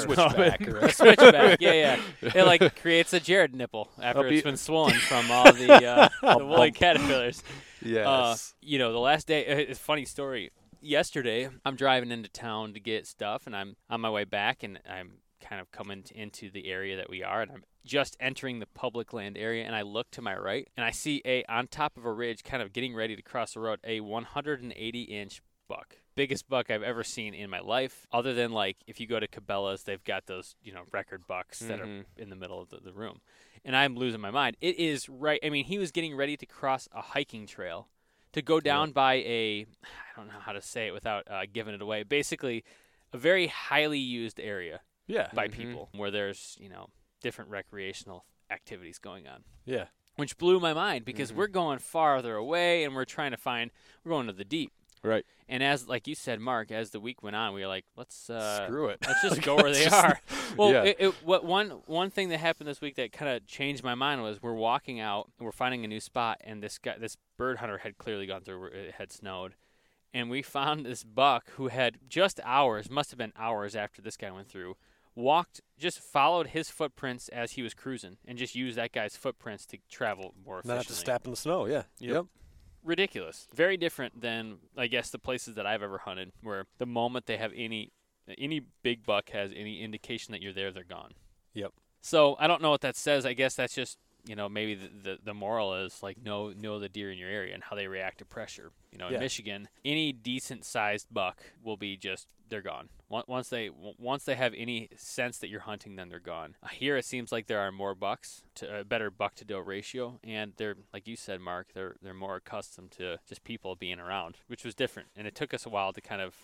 S2: switchback. or a-
S1: switchback. Yeah, yeah. It like creates a Jared nipple after
S3: I'll
S1: it's
S3: be-
S1: been swollen from all the, uh, the woolly caterpillars.
S2: yes.
S1: Uh, you know, the last day. uh, It's a funny story. Yesterday, I'm driving into town to get stuff, and I'm on my way back, and I'm kind of coming t- into the area that we are, and I'm just entering the public land area, and I look to my right, and I see a on top of a ridge, kind of getting ready to cross the road, a 180 inch buck. Biggest buck I've ever seen in my life, other than like if you go to Cabela's, they've got those you know record bucks that
S3: Mhm.
S1: are in the middle of the, the room, and I'm losing my mind. It is right. I mean, he was getting ready to cross a hiking trail to go down by a I don't know how to say it without uh, giving it away. Basically, a very highly used area
S2: yeah. Mm-hmm.
S1: by
S3: Mhm.
S1: people where there's you know different recreational activities going on
S2: Yeah. Mm-hmm.
S1: which blew my mind because we're going farther away and we're trying to find we're going to the deep
S3: Right.
S1: and as like you said mark as the week went on we were like let's uh
S2: Screw it.
S1: let's just go where they are well
S2: Yeah.
S1: it, it, what one one thing that happened this week that kind of changed my mind was we're walking out and we're finding a new spot and this guy this bird hunter had clearly gone through where it had snowed and we found this buck who had just hours must have been hours after this guy went through walked just followed his footprints as he was cruising and just used that guy's footprints to travel more efficiently
S2: Not have to step in the snow. Yeah.
S3: Yep.
S1: ridiculous. Very different than I guess the places that I've ever hunted, where the moment they have any any big buck has any indication that you're there, they're gone.
S2: Yep.
S1: So I don't know what that says. I guess that's just you know maybe the the, the moral is like know know the deer in your area and how they react to pressure. You know, in
S2: Yeah.
S1: Michigan, any decent sized buck will be just they're gone. Once- Once they w- once they have any sense that you're hunting them, they're gone. Here it seems like there are more bucks, to, a better buck to doe ratio, and they're like you said, Mark, they're they're more accustomed to just people being around, which was different, and it took us a while to kind of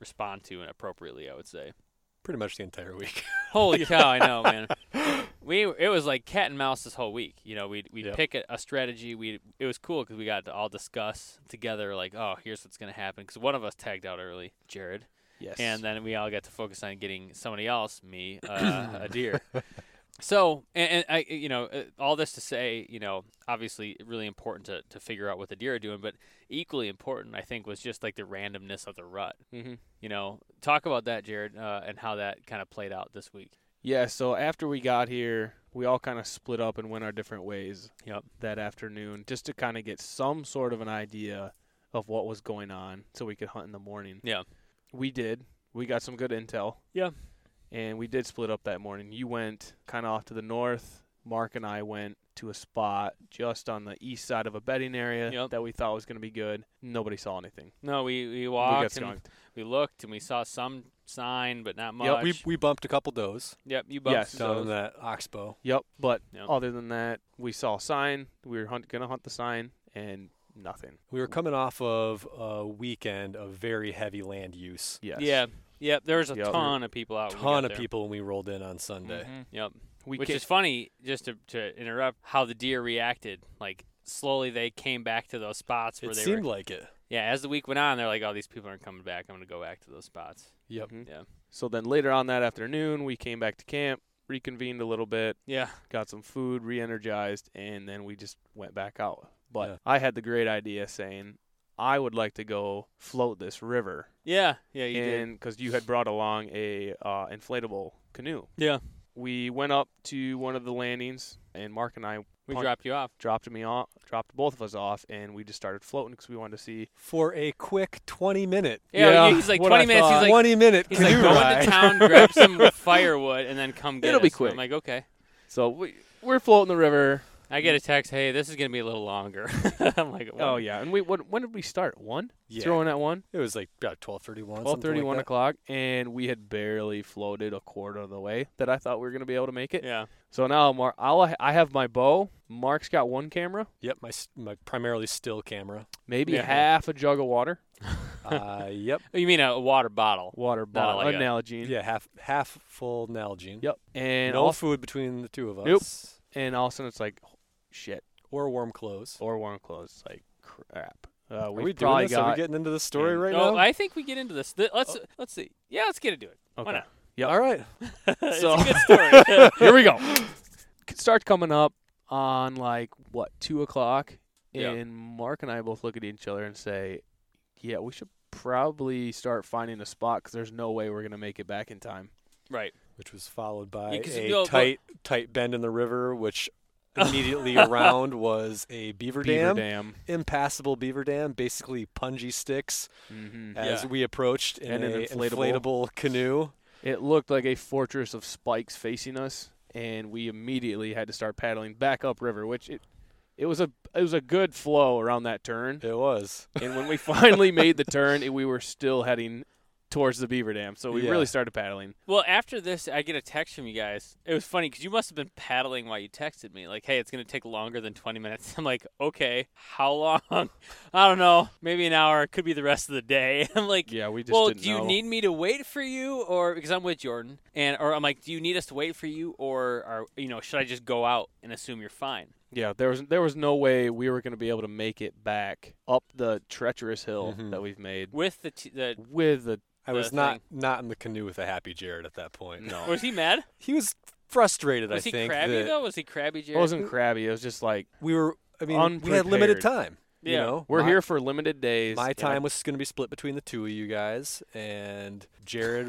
S1: respond to and appropriately, I would say.
S2: Pretty much the entire week.
S1: Holy cow! I know, man. We it was like cat and mouse this whole week. You know, we'd we'd
S2: Yep.
S1: pick a, a strategy. We it was cool because we got to all discuss together. Like, oh, here's what's gonna happen. Because one of us tagged out early, Jared,
S3: Yes.
S1: and then we all got to focus on getting somebody else, me, uh, a deer. So, and, and I, you know, uh, all this to say, you know, obviously really important to, to figure out what the deer are doing, but equally important, I think, was just like the randomness of the rut.
S3: Mm-hmm.
S1: You know, talk about that, Jared, uh, and how that kind of played out this week.
S3: Yeah, so after we got here, we all kind of split up and went our different ways
S1: Yep.
S3: that afternoon just to kind of get some sort of an idea of what was going on so we could hunt in the morning.
S1: Yeah.
S3: We did. We got some good intel.
S1: Yeah.
S3: And we did split up that morning. You went kind of off to the north. Mark and I went to a spot just on the east side of a bedding area
S1: Yep.
S3: that we thought was going to be good. Nobody saw anything.
S1: No, we, we
S3: we got
S1: walked and
S3: skunked.
S1: we looked and we saw some sign, but not much.
S2: Yep. We we bumped a couple does
S1: Yep, you bumped
S3: Yes.
S1: some
S2: down
S1: does.
S2: in that oxbow.
S3: Yep. But
S1: Yep.
S3: other than that, we saw a sign. We were hunt- gonna hunt the sign, and nothing.
S2: We were coming off of a weekend of very heavy land use.
S3: Yes.
S1: Yeah, yep. There was a
S3: Yep.
S1: ton of people out. when we
S2: ton
S1: got
S2: of
S1: there. Mm-hmm.
S2: people when we rolled in on Sunday.
S1: Yep.
S3: We
S1: Which
S3: ca-
S1: is funny, just to, to interrupt, how the deer reacted. Like slowly, they came back to those spots where
S2: It
S1: they
S2: seemed
S1: were.
S2: like it.
S1: Yeah, as the week went on, they're like, "Oh, these people aren't coming back. I'm gonna go back to those spots."
S2: Yep.
S3: Mhm.
S1: Yeah.
S3: So then later on that afternoon, we came back to camp, reconvened a little bit,
S1: Yeah.
S3: got some food, re-energized, and then we just went back out. But
S2: Yeah.
S3: I had the great idea saying I would like to go float this river,
S1: Yeah. Yeah. You did.
S3: and because you had brought along a uh, inflatable canoe.
S1: Yeah.
S3: We went up to one of the landings, and Mark and I
S1: We
S3: punk-
S1: dropped you off.
S3: dropped me off, dropped both of us off, and we just started floating because we wanted to see.
S2: For a quick 20 minute.
S1: Yeah.
S3: Yeah,
S1: he's like
S3: what I
S1: twenty minutes.
S3: thought.
S1: He's like.
S2: 20 minute
S1: He's like,
S2: canoe
S1: go
S2: ride.
S1: into town, grab some firewood, and then come get
S3: It'll be
S1: us." And
S3: quick.
S1: I'm like, okay.
S3: So we we're floating the river.
S1: I get a text, hey, this is gonna be a little longer. I'm like,
S3: Oh
S1: "What?"
S3: yeah, and we what, when did we start? One
S2: Yeah.
S3: throwing at one.
S2: It was like about 12:31.
S3: Twelve thirty, one
S2: Like that.
S3: o'clock, and we had barely floated a quarter of the way that I thought we were gonna be able to make it.
S1: Yeah.
S3: So now Mark, I'll, I have my bow. Mark's got one camera,
S2: Yep, my s- my primarily still camera.
S3: maybe
S1: Yeah.
S3: half a jug of water,
S2: Uh, yep.
S1: Oh, You mean a water bottle?
S3: water bottle,
S1: like a-
S3: Nalgene.
S2: Yeah, half half full Nalgene.
S3: Yep. And
S2: no
S3: all
S2: food between the two of us.
S3: Nope. and all of a sudden it's like, shit,
S2: Or warm clothes.
S3: or warm clothes. It's like crap. Uh,
S2: Are
S3: we've
S2: we doing
S3: probably
S2: this?
S3: got
S2: Are we getting into the story
S3: Yeah.
S2: right
S1: oh,
S2: now?
S1: I think we get into this. Th- Let's
S3: Oh.
S1: let's see. Yeah, let's get into it.
S3: okay.
S1: not?
S3: Yep.
S2: All right.
S1: it's
S3: So-
S1: a good story.
S3: Here we go. Start coming up on like what two o'clock,
S1: Yeah.
S3: and Mark and I both look at each other and say, "Yeah, we should probably start finding a spot because there's no way we're gonna make it back in time."
S1: Right.
S2: which was followed by
S1: 'cause,
S2: a
S1: you know, but- Oh.
S2: tight tight bend in the river, which immediately around was a beaver,
S3: Beaver
S2: dam,
S3: Dam.
S2: impassable beaver dam, basically punji sticks
S3: hmm
S2: as
S1: Mm, Yeah.
S2: we approached in
S3: And an
S2: a
S3: inflatable.
S2: inflatable canoe.
S3: It looked like a fortress of spikes facing us, and we immediately had to start paddling back upriver, which it it was a it was a good flow around that turn.
S2: It was.
S3: and when we finally made the turn, it, we were still heading towards the beaver dam. So we
S2: Yeah.
S3: really started paddling.
S1: Well, after this, I get a text from you guys. It was funny because you must have been paddling while you texted me, like, "Hey, it's gonna take longer than 20 minutes." I'm like, "Okay, how long? I don't know. Maybe an hour. Could be the rest of the day." I'm like,
S3: Yeah, we just
S1: "Well,
S3: didn't
S1: do you
S3: know.
S1: need me to wait for you, or because I'm with Jordan, and or I'm like, do you need us to wait for you, or are you know, should I just go out and assume you're fine?"
S3: Yeah, there was there was no way we were going to be able to make it back up the treacherous hill
S2: Mhm.
S3: that we've made
S1: With the t- the
S3: with the
S2: I
S1: The
S2: was not not in the canoe with a happy Jared at that point. No,
S1: was he mad?
S2: he was frustrated.
S1: Was
S2: I
S1: he
S2: think
S1: crabby
S2: that
S1: though? Was he crabby,
S3: it
S1: Jared?
S3: wasn't crabby. It was just like
S2: we were. I mean, we had limited
S3: Unprepared.
S2: time. You
S1: Yeah.
S2: know,
S3: we're
S2: My-
S3: here for limited days. and
S2: My
S3: I-
S2: time was going to be split between the two of you guys, and Jared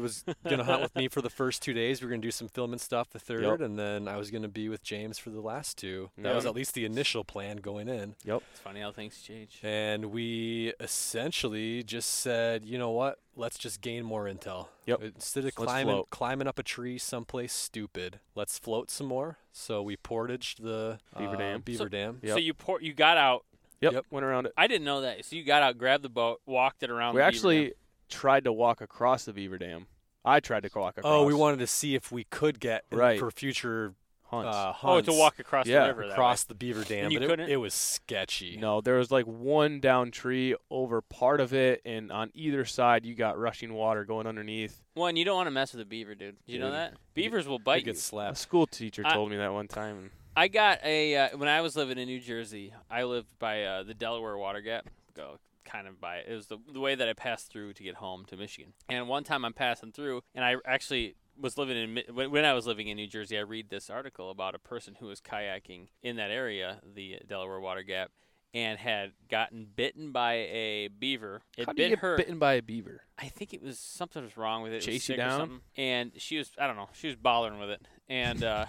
S2: was going to hunt with me for the first two days. We were going to do some filming stuff the third,
S3: Yep.
S2: and then I was going to be with James for the last two.
S3: Yep.
S2: That was at least the initial plan going in.
S1: It's funny how things change.
S2: And we essentially just said, you know what? Let's just gain more intel.
S3: Yep.
S2: Instead of
S3: Let's
S2: climbing
S3: float.
S2: climbing up a tree someplace stupid, let's float some more. So we portaged the
S3: Beaver
S2: uh,
S3: Dam.
S2: Beaver
S1: So-
S2: Dam.
S3: Yep.
S1: So you pour, you got out.
S3: Yep,
S2: Yep.
S3: went around it.
S1: I didn't know that. So you got out, grabbed the boat, walked it around.
S3: We
S1: the beaver
S3: actually
S1: dam.
S3: tried to walk across the beaver dam. I tried to walk across.
S2: Oh, we wanted to see if we could get
S3: Right.
S2: for future
S3: hunts.
S2: uh,
S1: oh
S2: hunts
S1: to walk across
S3: Yeah,
S1: the river. that
S2: across the beaver dam,
S1: And you
S2: but it,
S1: couldn't?
S2: it was sketchy.
S3: no, there was like one down tree over part of it, and on either side you got rushing water going underneath.
S1: way. One, you don't want to mess with a beaver, dude. You know
S3: Dude.
S1: that beavers will
S2: it
S1: bite you.
S2: gets
S3: A
S2: slapped.
S3: school teacher
S1: I-
S3: told me that one time. and-
S1: I got a uh, when I was living in New Jersey. I lived by uh, the Delaware Water Gap. Go kind of by it was the, the way that I passed through to get home to Michigan. And one time I'm passing through, and I actually was living in Mi- when, when I was living in New Jersey. I read this article about a person who was kayaking in that area, the Delaware Water Gap. And had gotten bitten by a beaver. It
S3: How do
S1: bit
S3: you get
S1: her.
S3: bitten by a beaver?
S1: I think it was something was wrong with it. it was
S3: Chase you
S1: sick or
S3: down?
S1: something. and she was I don't know. She was bothering with it, and uh,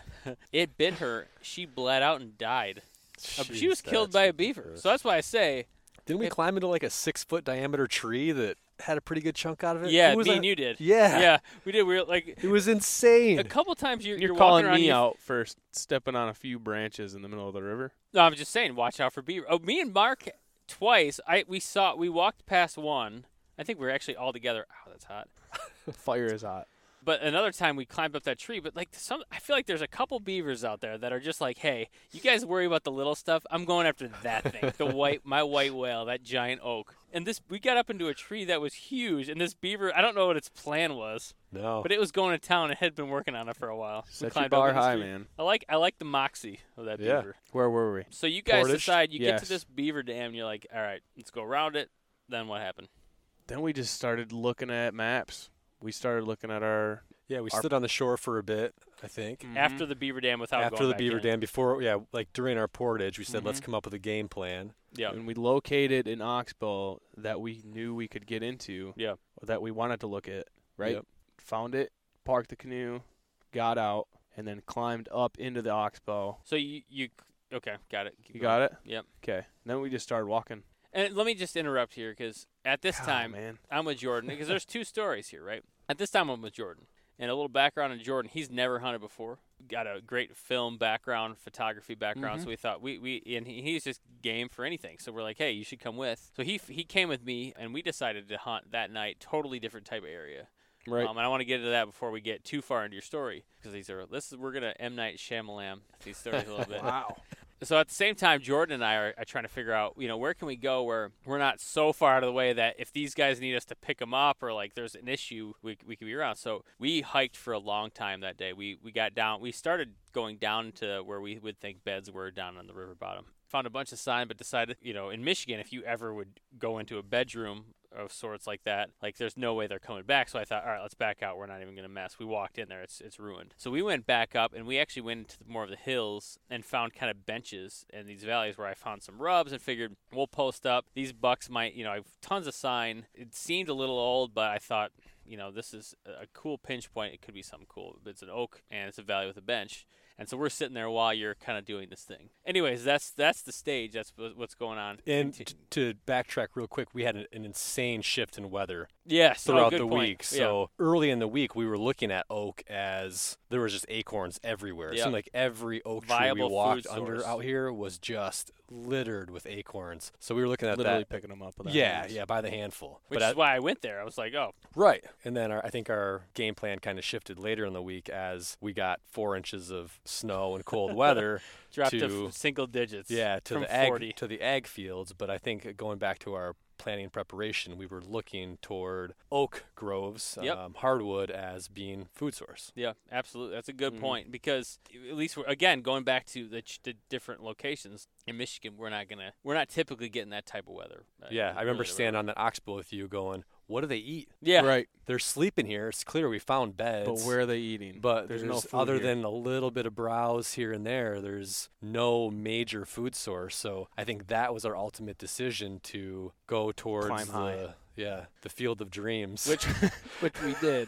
S1: it bit her. She bled out and died. Uh, she was
S2: Jeez,
S1: killed
S2: that's
S1: by a beaver.
S2: ridiculous.
S1: So that's why I say,
S2: Didn't we
S1: it-
S2: climb into like a six foot diameter tree that had a pretty good chunk out of it?
S1: yeah,
S2: Who was
S1: me
S2: that?
S1: and you did.
S2: Yeah.
S1: yeah, we did. We were like
S2: It was insane.
S1: a couple times. You're,
S3: You're,
S1: you're walking
S3: calling
S1: around,
S3: me
S1: you-
S3: out for s- stepping on a few branches in the middle of the river.
S1: No, I'm just saying, watch out for beaver. Oh, me and Mark twice. I we saw we walked past one. I think we were actually all together. Oh, that's hot.
S3: Fire is hot.
S1: But another time we climbed up that tree. But like some, I feel like there's a couple beavers out there that are just like, hey, you guys worry about the little stuff. I'm going after that thing, the white, my white whale, that giant oak. And this, we got up into a tree that was huge, and this beaver, I don't know what its plan was,
S2: no.
S1: but it was going to town and had been working on it for a while. We
S3: Set your
S1: climbed up
S3: bar
S1: in this
S3: high,
S1: tree.
S3: man.
S1: I like, I like the moxie of that
S2: Yeah.
S1: beaver.
S3: Where were we?
S1: So you guys
S2: Portage?
S1: decide, you get
S3: Yes.
S1: to this beaver dam, you're like, all right, let's go around it. Then what happened?
S3: Then we just started looking at maps. We started looking at our
S2: yeah, we
S3: our-
S2: stood on the shore for a bit, I
S1: Mm,
S2: think.
S3: Mm-hmm.
S1: Mm-hmm. After the beaver dam, without
S2: After
S1: going
S2: the
S1: back
S2: beaver
S1: in. Mm-hmm.
S2: dam, before, yeah, like during our portage, we said, let's come up with a game plan.
S1: yeah,
S3: and we located an oxbow that we knew we could get into.
S1: Yeah.
S3: Or that we wanted to look at. Right.
S2: Yep.
S3: Found it, parked the canoe, got out, and then climbed up into the oxbow.
S1: So you, you, okay, got it.
S3: You got it.
S1: Yep.
S3: Okay. Then we just started walking.
S1: And let me just interrupt here because at this
S3: God,
S1: time
S3: Oh, man.
S1: I'm with Jordan because there's two stories here, right? At this time I'm with Jordan. And a little background on Jordan, he's never hunted before. Got a great film background, photography background.
S3: Mm-hmm.
S1: So we thought we, we and he, he's just game for anything. So we're like, hey, you should come with. So he he came with me, and we decided to hunt that night. Totally different type of area.
S3: Right.
S1: Um, and I want to get into that before we get too far into your story because these are this is we're gonna M Night Shyamalan these stories a little bit.
S3: wow.
S1: So at the same time, Jordan and I are, are trying to figure out, you know, where can we go where we're not so far out of the way that if these guys need us to pick them up or like there's an issue, we, we could be around. So we hiked for a long time that day. We we got down. We started going down to where we would think beds were down on the river bottom. Found a bunch of sign, but decided, you know, in Michigan, if you ever would go into a bedroom of sorts like that. Like there's no way they're coming back. So I thought, all right, let's back out. We're not even gonna mess. We walked in there. It's it's ruined. So we went back up and we actually went into the, more of the hills and found kind of benches in these valleys where I found some rubs and figured we'll post up. These bucks might, you know, I've tons of sign. It seemed a little old, but I thought you know, this is a a cool pinch point. It could be something cool. It's an oak and it's a valley with a bench. And so we're sitting there while you're kind of doing this thing. Anyways, that's that's the stage. That's wha- what's going on.
S2: And
S1: Conti-
S2: t- to backtrack real quick, we had an, an insane shift in weather
S1: yes, oh,
S2: throughout
S1: good
S2: the
S1: point.
S2: week.
S1: Yeah.
S2: So early in the week, we were looking at oak as there was just acorns everywhere. It
S1: Yeah.
S2: seemed like every oak
S1: Viable
S2: tree
S1: food
S2: we walked under
S1: source.
S2: out here was just littered with acorns. So we were looking at
S3: Literally
S2: that.
S3: picking them up. With our
S2: yeah,
S3: hands.
S2: yeah, by the handful.
S1: which
S2: but I-
S1: is why I went there. I was like, oh,
S2: Right. And then our, I think our game plan kind of shifted later in the week as we got four inches of snow and cold weather.
S1: dropped to,
S2: To-
S1: f- single digits.
S2: yeah, to
S1: from
S2: the ag
S1: 40.
S2: to the ag fields. But I think going back to our planning and preparation, we were looking toward oak groves,
S1: Yep.
S2: um, hardwood as being food source.
S1: Yeah, absolutely. That's a good
S2: Mm-hmm.
S3: Mhm.
S1: point because at least we're, again going back to the, ch- the different locations in Michigan, we're not gonna we're not typically getting that type of weather. uh,
S2: yeah, I remember
S1: really, really.
S2: standing on that oxbow with you, going, "What do they eat?
S1: Yeah,
S3: Right.
S2: They're sleeping here. It's clear we found beds,
S3: But where are they eating?
S2: But
S3: there's,
S2: there's,
S3: no food
S2: other
S3: here.
S2: than a little bit of browse here and there, there's no major food source. So I think that was our ultimate decision to go towards
S3: Climb
S2: the,
S3: high.
S2: yeah, the field of dreams.
S3: which which we did.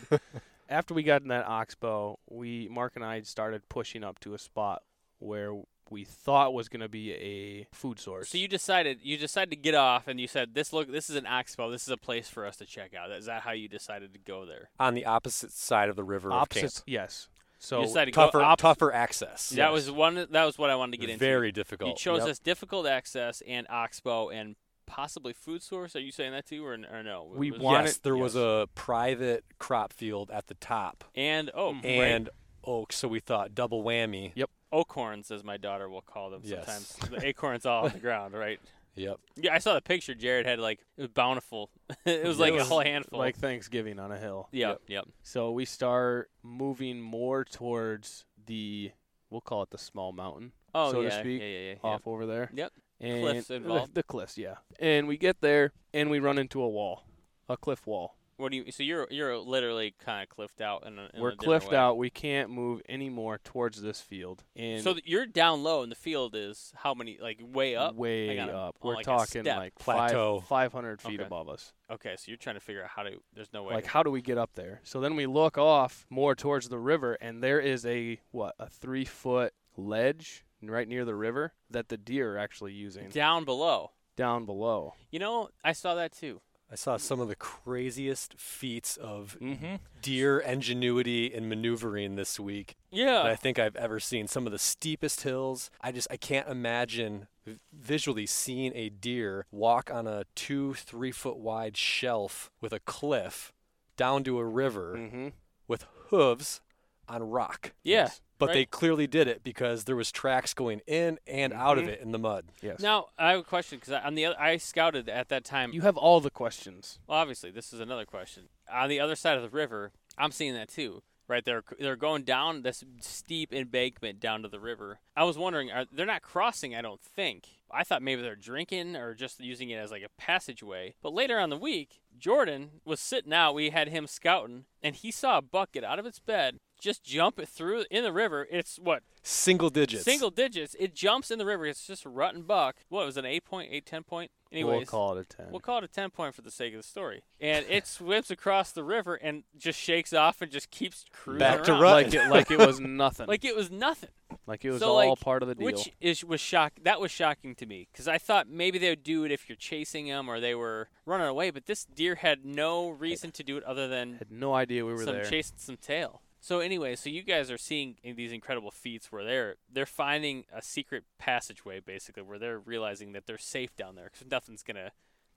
S3: After we got in that oxbow, we Mark and I started pushing up to a spot where we thought was going to be a food source.
S1: So you decided you decided to get off, and you said this look this is an expo. This is a place for us to check out. Is that how you decided to go there?
S2: on the opposite side of the river
S3: opposites, yes. So
S1: you decided
S2: of camp.
S1: to go
S2: Tougher,
S1: opposite-
S2: tougher access.
S1: That was one. That was what I wanted to get into.
S2: very
S1: You
S2: difficult.
S1: chose
S2: Yep.
S1: this difficult access and expo and possibly food source. Are you saying that too, or, n- or no?
S3: We
S1: Was-
S3: wanted-
S2: yes, there was
S3: yes.
S2: a private crop field at the top
S1: and oh
S3: Mm.
S1: right.
S2: Mm-hmm. and oak, so we thought double whammy.
S1: acorns, as my daughter will call them
S2: Yes.
S1: sometimes. the acorns all on the ground, right?
S2: Yep.
S1: Yeah, I saw the picture. Jared had like it was bountiful. it was like
S3: It
S1: a
S3: was
S1: whole handful.
S3: like Thanksgiving on a hill.
S1: yeah,
S2: Yep.
S1: yep.
S3: So we start moving more towards the we'll call it the small mountain
S1: Oh
S3: So to
S1: yeah,
S3: speak,
S1: yeah, yeah, yeah.
S3: off over there.
S1: Yep.
S3: And
S1: Cliffs
S3: the-
S1: involved.
S3: The, cliffs, yeah. And we get there and we run into a wall, a cliff wall.
S1: What do you? So you're you're literally kind of cliffed out in a. In
S3: We're
S1: a different
S3: cliffed
S1: way.
S3: out. We can't move any more towards this field. And
S1: So uh, th- you're down low, and the field is how many? Like way up.
S3: way
S1: gotta-
S3: up.
S1: on
S3: We're
S1: like a
S3: talking
S1: step.
S3: like
S2: Plateau.
S3: five hundred feet
S1: Okay.
S3: above us.
S1: Okay, so you're trying to figure out how to. There's no way.
S3: Like, how do we get up there? So then we look off more towards the river, and there is a what a three foot ledge right near the river that the deer are actually using
S1: down below.
S3: down below.
S1: You know, I saw that too.
S2: I saw some of the craziest feats of
S3: Mm-hmm.
S2: deer ingenuity and maneuvering this week
S1: Yeah.
S2: that I think I've ever seen. Some of the steepest hills. I just I can't imagine v- visually seeing a deer walk on a two three foot wide shelf with a cliff down to a river
S1: Mm.
S3: Mm-hmm.
S2: with hooves on rock.
S1: yeah.
S3: Yes.
S2: But
S1: right.
S2: they clearly did it because there was tracks going in and out of
S1: Mm-hmm.
S3: Mhm.
S2: it in the mud.
S3: Yes.
S1: Now I have a question because on the other, I scouted at that time.
S3: you have all the questions.
S1: Well, obviously, this is another question. On the other side of the river, I'm seeing that too. Right, they're they're going down this steep embankment down to the river. I was wondering, are they're not crossing? I don't think. I thought maybe they're drinking or just using it as like a passageway. But later on the week, Jordan was sitting out. We had him scouting, and he saw a buck get out of its bed, just jump it through in the river. It's what
S2: Single digits.
S1: single digits. It jumps in the river. It's just a rotten buck. What was it, an eight point, eight ten point? Anyways,
S3: we'll call it a ten.
S1: We'll call it a 10 point for the sake of the story. And it swims across the river and just shakes off and just keeps cruising
S2: Back to
S1: around.
S2: rut.
S3: like it, like it was nothing.
S1: Like it was nothing,
S3: Like it was
S1: so,
S3: all
S1: like,
S3: part of the deal.
S1: which is was shock. That was shocking to me because I thought maybe they would do it if you're chasing them or they were running away. But this deer had no reason to do it other than
S3: had no idea we were
S1: some
S3: there.
S1: chasing some tail. So anyway, so you guys are seeing in- these incredible feats where they're they're finding a secret passageway basically where they're realizing that they're safe down there because nothing's gonna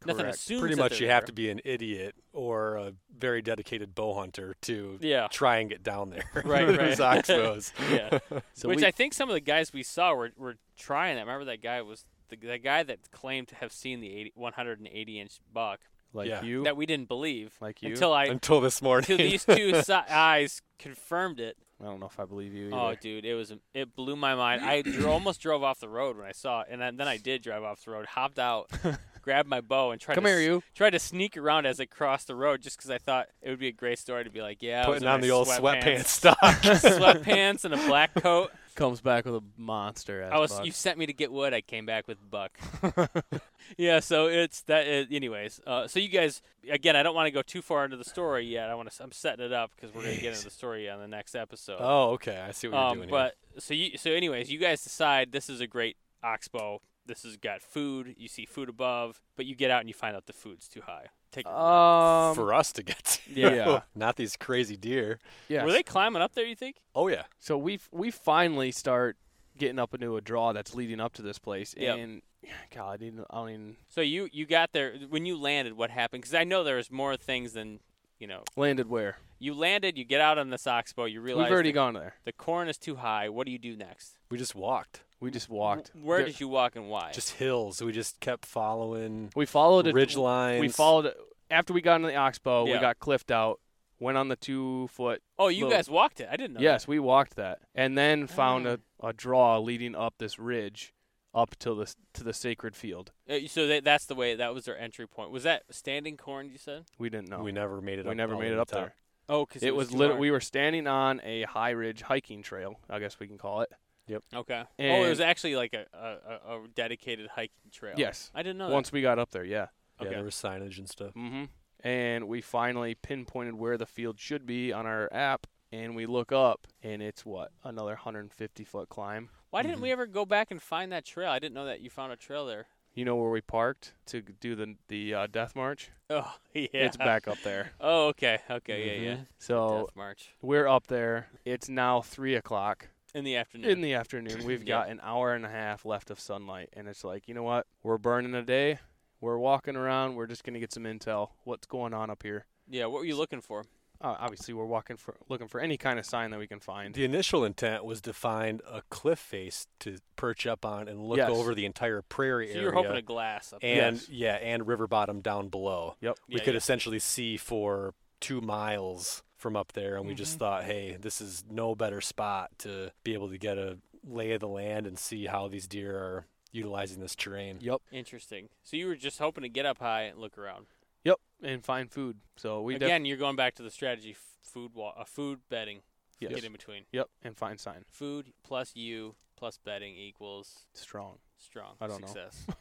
S1: nothing
S3: Correct.
S1: assumes
S2: Pretty
S1: that
S2: much
S1: they're
S2: you have
S1: there.
S2: to be an idiot or a very dedicated bow hunter to
S1: yeah
S2: try and get down there.
S1: Right,
S2: Those
S1: right.
S2: oxbows.
S1: yeah.
S3: So
S1: Which
S3: we-
S1: I think some of the guys we saw were, were trying that. Remember that guy was the, the guy that claimed to have seen the 80, 180 inch buck
S3: like
S2: Yeah.
S3: you,
S1: that we didn't believe
S3: like you.
S1: until I
S2: Until this morning.
S1: until these two si- eyes confirmed it.
S3: I don't know if I believe you. Either.
S1: Oh, dude, it was it blew my mind. I dro- almost drove off the road when I saw it, and then, then I did drive off the road, hopped out, grabbed my bow, and tried
S3: Come
S1: to
S3: here,
S1: s-
S3: you.
S1: tried to sneak around as I crossed the road, just because I thought it would be a great story to be like, yeah, I was
S2: putting
S1: in
S2: on
S1: my
S2: the old
S1: sweatpants,
S2: sweatpants stock.
S1: sweatpants and a black coat.
S3: comes back with a monster.
S1: I was you sent me to get wood. I came back with buck. yeah, so it's that. It, anyways, uh, so you guys again. I don't want to go too far into the story yet. I want to. I'm setting it up because we're gonna get into the story on the next episode.
S2: Oh, okay. I see what you're
S1: um,
S2: doing. here.
S1: but so you. So anyways, you guys decide this is a great oxbow. This has got food. You see food above, but you get out and you find out the food's too high. Take. your-
S2: Uh,
S3: um,
S2: for us to get to.
S1: Yeah.
S3: Yeah.
S2: Not these crazy deer.
S3: yes.
S1: Were they climbing up there? You think?
S2: Oh yeah.
S3: So we f- we finally start getting up into a draw that's leading up to this place,
S1: Yep.
S3: and God, I didn't. I mean,
S1: So you you got there when you landed. What happened? Because I know there was more things than you know.
S3: landed where?
S1: You landed. You get out on this oxbow. You realize
S3: We've already
S1: the,
S3: gone there.
S1: the corn is too high. What do you do next?
S2: We just walked.
S3: We just walked.
S1: Where
S3: There-
S1: did you walk and why?
S2: Just hills. We just kept following
S3: we followed a
S2: ridge lines.
S3: We followed after we got into the oxbow.
S1: Yeah.
S3: We got cliffed out. Went on the two foot.
S1: oh, you
S3: Little-
S1: guys walked it. I didn't know.
S3: Yes, we walked that, and then found
S1: Ah.
S3: a, a draw leading up this ridge, up to the s- to the sacred field.
S1: that. Uh, so that, that's the way. That was their entry point. Was that standing corn? You said.
S3: We didn't know.
S2: We never made it.
S3: We
S2: up
S3: never
S2: all
S3: made
S2: the
S3: it up
S2: top.
S3: there.
S1: Oh, because
S3: It, was
S1: too
S3: lit-
S1: hard.
S3: we were standing on a high ridge hiking trail, I guess we can call it.
S1: Okay. oh, it
S3: And-
S1: was actually like a, a, a- a dedicated hiking trail.
S3: Yes.
S1: I didn't know.
S3: Once we got up there, yeah.
S1: that.
S2: Yeah,
S1: Okay.
S2: there was signage and stuff.
S3: Oh, Mm-hmm. And we finally pinpointed where the field should be on our app, and we look up, and it's what another 150 foot climb.
S1: Why
S3: Mhm.
S1: didn't we ever go back and find that trail? I didn't know that you found a trail there.
S3: You know where we parked to g- do the the uh, death march?
S1: Oh yeah.
S3: It's back Mm-hmm. Oh. up there.
S1: Oh okay. Okay. Yeah. Yeah.
S3: So
S1: Death March
S3: we're up there. It's now three o'clock
S1: in the afternoon.
S3: in the afternoon. We've
S1: Yeah.
S3: got an hour and a half left of sunlight, and it's like, you know what? We're burning a day. We're walking around. We're just gonna get some intel. What's going on up here?
S1: yeah. What were you looking for?
S3: Uh, obviously, we're walking for looking for any kind of sign that we can find.
S2: The initial intent was to find a cliff face to perch up on and look
S3: Yes.
S2: over the entire prairie
S1: So
S2: area.
S1: you were hoping a glass. Up
S2: and
S3: Yes.
S2: yeah, and river bottom down below.
S3: Yep.
S2: We
S1: Yeah,
S2: could
S1: yeah.
S2: essentially see for two miles from up there, and we just thought, hey, this is no better spot to be able to get a lay of the land and see how these deer are utilizing this terrain.
S3: Yep.
S1: there. Interesting. So you were just hoping to get up high and look around.
S3: Yep. And find food. So we def-
S1: Again, you're going back to the strategy: f- food, wa- uh, food betting.
S3: Yes.
S1: Get in between.
S3: Yep. And find sign.
S1: Food plus you plus betting equals
S3: Strong.
S1: strong
S3: I don't know.
S1: success.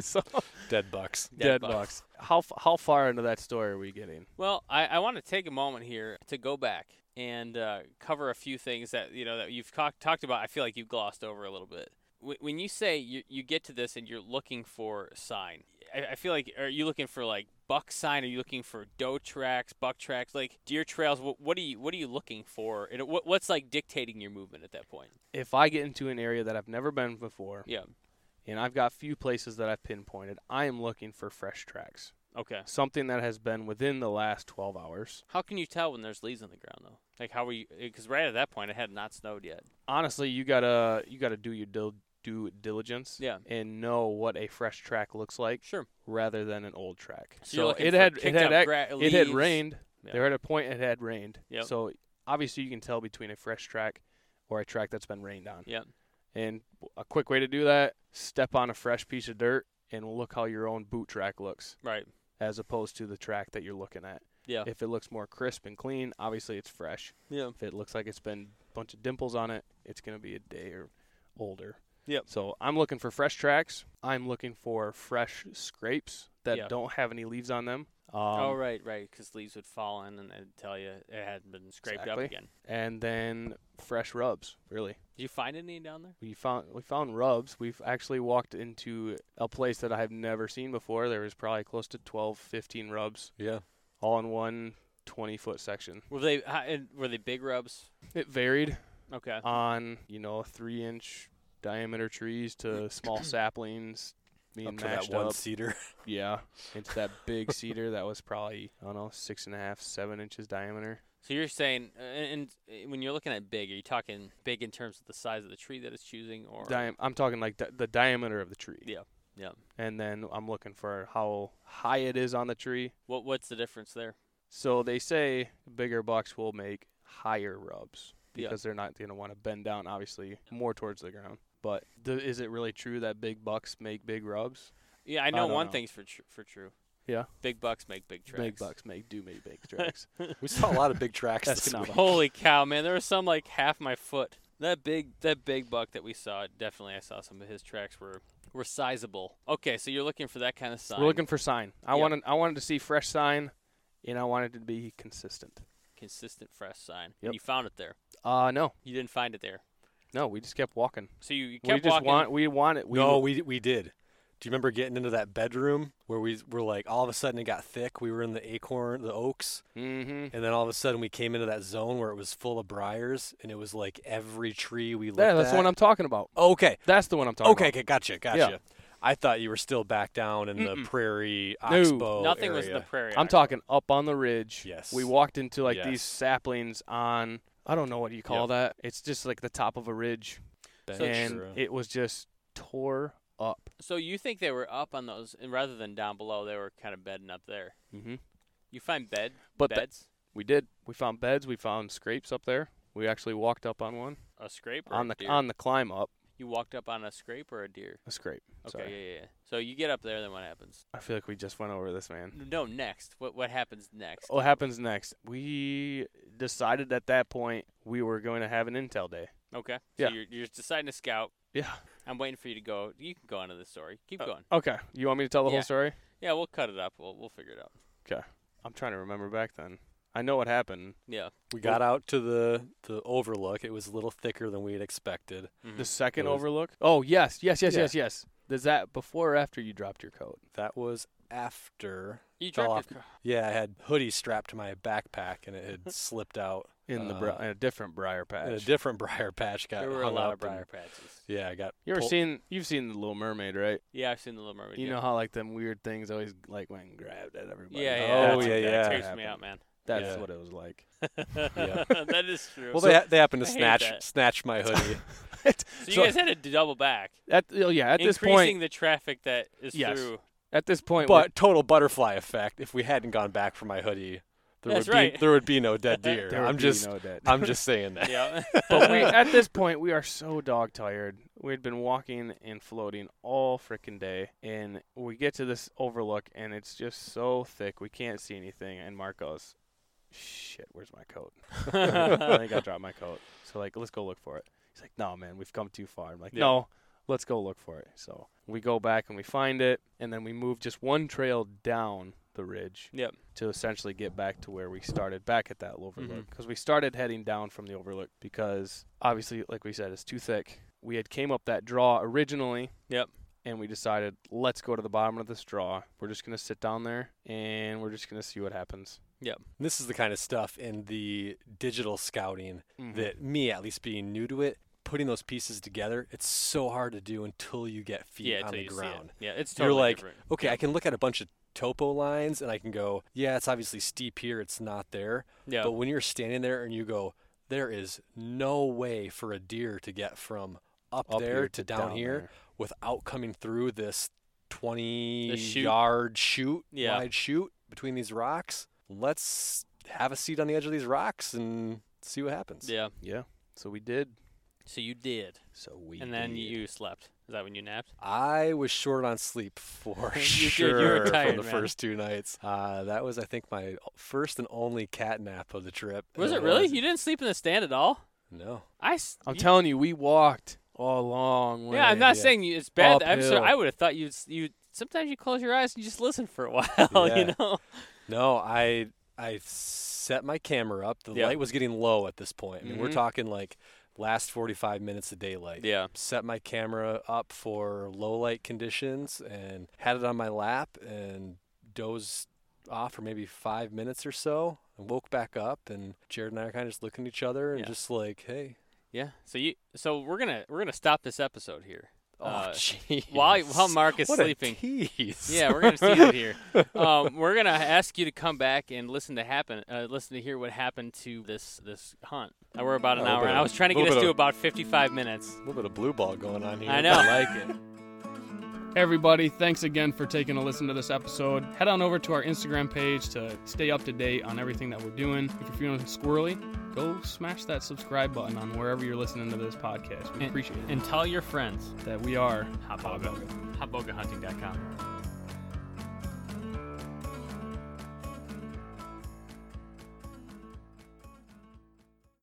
S3: so
S2: Dead bucks.
S1: Dead
S3: dead
S1: bucks.
S3: bucks. How f- how far into that story are we getting?
S1: Well, I, I want to take a moment here to go back and uh, cover a few things that you know that you've talk, talked about. I feel like you glossed over a little bit. Wh- When you say you, you get to this and you're looking for sign, I, I feel like are you looking for like buck sign? Are you looking for doe tracks, buck tracks, like deer trails? What, what are you what are you looking for? And what, what's like dictating your movement at that point?
S3: If I get into an area that I've never been before,
S1: Yeah.
S3: and I've got few places that I've pinpointed, I am looking for fresh tracks.
S1: Okay.
S3: Something that has been within the last 12 hours.
S1: How can you tell when there's leaves on the ground though? Like how were you? Because right at that point, it had not snowed yet.
S3: Honestly, you gotta you gotta do your dil- due diligence.
S1: Yeah.
S3: And know what a fresh track looks like
S1: Sure.
S3: rather than an old track.
S1: So, you're looking
S3: it
S1: for
S3: had it
S1: kicked
S3: had
S1: up
S3: ac-
S1: gra-
S3: it had
S1: leaves.
S3: rained.
S1: Yeah.
S3: There at a point it had rained.
S1: Yep.
S3: So obviously you can tell between a fresh track or a track that's been rained on.
S1: Yep.
S3: And a quick way to do that, step on a fresh piece of dirt and look how your own boot track looks
S1: Right.
S3: as opposed to the track that you're looking at.
S1: Yeah.
S3: If it looks more crisp and clean, obviously it's fresh.
S1: Yeah.
S3: If it looks like it's been a bunch of dimples on it, it's going to be a day or older.
S1: Yep.
S3: So I'm looking for fresh tracks. I'm looking for fresh scrapes that
S1: Yeah.
S3: don't have any leaves on them. Um,
S1: oh right, right, because leaves would fall in and it'd tell you it hadn't been scraped
S3: Exactly.
S1: up again.
S3: And then fresh rubs, really.
S1: Did you find any down there?
S3: We found we found rubs. We've actually walked into a place that I have never seen before. There was probably close to 12, 15 rubs
S2: Yeah.
S3: all in one 20 foot section.
S1: Were they hi- and were they big rubs?
S3: It varied
S1: Okay.
S3: on you know three inch diameter trees to small saplings being
S2: Up to that
S3: matched
S2: one
S3: up.
S2: cedar.
S3: Yeah, into that big cedar that was probably I don't know six and a half, seven inches diameter.
S1: So you're saying, uh, and, and uh, when you're looking at big, are you talking big in terms of the size of the tree that it's choosing, or
S3: Diam- I'm talking like di- the diameter of the tree.
S1: Yeah, yeah.
S3: And then I'm looking for how high it is on the tree.
S1: what? What's the difference there?
S3: So they say bigger bucks will make higher rubs
S1: Yeah.
S3: because they're not going to want to bend down, obviously, more towards the ground. But th- is it really true that big bucks make big rubs?
S1: Yeah, I know
S3: don't
S1: one
S3: know.
S1: thing's for tr- for true.
S3: Yeah.
S1: Big bucks make big tracks.
S3: Big bucks make do make big tracks.
S2: We saw a lot of big tracks
S3: That's
S2: this week.
S3: phenomenal.
S1: Holy cow, man! There was some like half my foot. That big that big buck that we saw, definitely I saw some of his tracks were were sizable. Okay, so you're looking for that kind of sign.
S3: We're looking for sign. I
S1: Yep.
S3: wanted I wanted to see fresh sign, and I wanted it to be consistent.
S1: consistent fresh sign.
S3: Yep.
S1: And you found it there.
S3: Uh no,
S1: You didn't find it there.
S3: no, we just kept walking.
S1: So you, you kept
S3: we just
S1: walking.
S3: want we want it. We
S2: no, we we did. Do you remember getting into that bedroom where we were like all of a sudden it got thick? We were in the acorn, the oaks,
S3: hmm
S2: and then all of a sudden we came into that zone where it was full of briars and it was like every tree we looked
S3: Yeah, that's
S2: at. Oh,
S3: the one I'm talking about.
S2: okay,
S3: That's the one I'm talking
S2: okay,
S3: about.
S2: okay, gotcha, gotcha. I thought you were still back down in the prairie oxbow
S1: Nothing was in
S2: area.
S1: the prairie.
S3: I'm
S1: ox.
S3: talking up on the ridge.
S2: Yes.
S3: We walked into like these
S2: Yes.
S3: saplings on I don't know what you call
S2: Yep.
S3: that. It's just like the top of a ridge,
S2: That's
S1: So-
S3: and
S2: true.
S3: it was just tore up.
S1: So you think they were up on those, and rather than down below, they were kind of bedding up there.
S3: Mm-hmm.
S1: You find bed
S3: But the-
S1: beds,
S3: we did. We found beds. We found scrapes up there. We actually walked up on one
S1: a scrape or
S3: on
S1: a
S3: the
S1: deer?
S3: on the climb up
S1: you walked up on a scrape or a deer.
S3: a scrape.
S1: Okay,
S3: Sorry.
S1: yeah, yeah, yeah. So you get up there, then what happens?
S3: I feel like we just went over this, man.
S1: No, next. What what happens next?
S3: What happens next? We decided at that point we were going to have an intel day.
S1: Okay.
S3: Yeah.
S1: So you're, you're just deciding to scout.
S3: Yeah.
S1: I'm waiting for you to go. You can go into the story.
S2: Oh.
S1: Keep going.
S3: Okay. You want me to tell the
S1: Yeah.
S3: whole story?
S1: Yeah, we'll cut it up. We'll we'll figure it out.
S3: I'm trying to remember back then. I know what happened.
S1: Yeah.
S2: We got out to the the overlook. It was a little thicker than we had expected.
S1: Mhm.
S3: The second
S2: It was-
S3: overlook. Oh yes, yes, yes,
S2: Yeah.
S3: yes, yes. Is that before or after you dropped your coat?
S2: That was after.
S1: You
S2: Fell
S1: dropped
S2: off.
S1: your car-
S2: Yeah, I had hoodie strapped to my backpack and it had slipped out.
S3: In the
S2: Uh,
S3: bri- in a different briar patch.
S2: And a different briar patch got
S1: There were a
S2: hung
S1: lot of
S2: up and-
S1: briar patches.
S2: yeah, I got.
S3: you ever
S2: pulled-
S3: seen? You've seen the Little Mermaid, right?
S1: Yeah, I've seen the Little Mermaid.
S3: You
S1: yeah.
S3: know how like them weird things always like went and grabbed at everybody.
S1: Yeah, yeah.
S2: Oh,
S1: that's-
S2: yeah,
S1: That
S2: yeah.
S1: creeps me out, man.
S3: That's
S2: Yeah.
S3: what it was like.
S1: that is true.
S2: Well,
S1: so,
S2: they ha- they happened to
S1: I hate that.
S2: snatch snatch my hoodie.
S1: so you
S3: so-
S1: guys had to double back,
S3: At oh, yeah, at this
S1: increasing
S3: point,
S1: the traffic that is
S3: Yes.
S1: through.
S3: at this point, we're-
S2: but total butterfly effect. If we hadn't gone back for my hoodie, there
S1: That's
S2: would
S1: right.
S2: be there would be no dead deer.
S3: there would
S2: I'm
S3: be
S2: just
S3: no debt.
S2: I'm just saying that.
S1: Yeah.
S3: but we, at this point, we are so dog tired. We had been walking and floating all frickin' day, and we get to this overlook, and it's just so thick we can't see anything. And Mark goes, "Shit, where's my coat? I think I dropped my coat." So like, let's go look for it. He's like, "No, man, we've come too far." I'm like,
S1: Yeah.
S3: "No." Let's go look for it. So we go back and we find it, and then we move just one trail down the ridge
S1: Yep.
S3: to essentially get back to where we started back at that
S2: Mm-hmm.
S3: overlook because we started heading down from the overlook because obviously like we said it's too thick we had came up that draw originally
S1: Yep.
S3: and we decided let's go to the bottom of this draw we're just going to sit down there and we're just going to see what happens
S2: This is the kind of stuff in the digital scouting
S3: Mm-hmm.
S2: that me, at least being new to it, putting those pieces together, it's so hard to do until you get feet
S1: yeah, till
S2: on the
S1: you see it.
S2: ground.
S1: Yeah, it's
S2: You're
S1: totally
S2: like,
S1: different.
S2: Okay, I can look at a bunch of topo lines and I can go, yeah, it's obviously steep here, it's not there.
S1: Yeah.
S2: But when you're standing there and you go, there is no way for a deer to get from up,
S3: Up
S2: there
S3: here
S2: to,
S3: to
S2: down,
S3: down
S2: here
S3: there.
S2: without coming through this 20
S1: chute.
S2: yard shoot,
S1: Yeah.
S2: wide shoot between these rocks. Let's have a seat on the edge of these rocks and see what happens.
S1: yeah.
S3: yeah so we did
S1: So you did,
S3: so we
S1: and then
S3: did.
S1: you slept. Is that when you napped?
S2: I was short on sleep for
S1: You did, you
S2: sure
S1: were tired,
S2: from
S1: man.
S2: the first two nights. Uh, that was, I think, my first and only cat nap of the trip. and
S1: Was it really?
S2: was-
S1: You didn't sleep in the stand at all?
S2: No.
S1: I. s-
S3: i'm
S1: you-
S3: telling you we walked a long way
S1: Yeah, I'm not
S2: yeah.
S1: saying you, it's bad. I'm sure
S3: Uphill.
S1: I would have thought you. You sometimes you close your eyes and you just listen for a while. You
S2: Yeah.
S1: know.
S2: No, I I set my camera up. The
S1: Yeah. Mm-hmm.
S2: light was getting low at this point. I mean, we're
S3: Mhm.
S2: talking like last 45 minutes of daylight.
S1: Yeah.
S2: Set my camera up for low light conditions and had it on my lap and dozed off for maybe five minutes or so. And woke back up and Jared and I are kind of just looking at each other and
S1: Yeah.
S2: just like, hey,
S1: Yeah. So you. So we're gonna we're gonna stop this episode here. Uh,
S2: oh, jeez.
S1: While while Mark is
S2: what
S1: sleeping.
S2: A tease.
S1: Yeah, we're gonna see it here. Um, we're gonna ask you to come back and listen to happen, uh, listen to hear what happened to this this hunt. Uh, we're about an
S2: Oh, A little
S1: hour,
S2: bit
S1: and
S2: of-
S1: I was trying to
S2: little
S1: get us
S2: bit
S1: to
S2: of-
S1: about 55 minutes.
S2: A little bit of blue ball going on here.
S1: I know.
S2: like it.
S5: Everybody, thanks again for taking a listen to this episode. Head on over to our Instagram page to stay up to date on everything that we're doing. If you're feeling squirrely, go smash that subscribe button on wherever you're listening to this podcast. We appreciate it.
S1: And tell your friends.
S5: that we are
S1: Hot Boga. HotBogaHunting.com.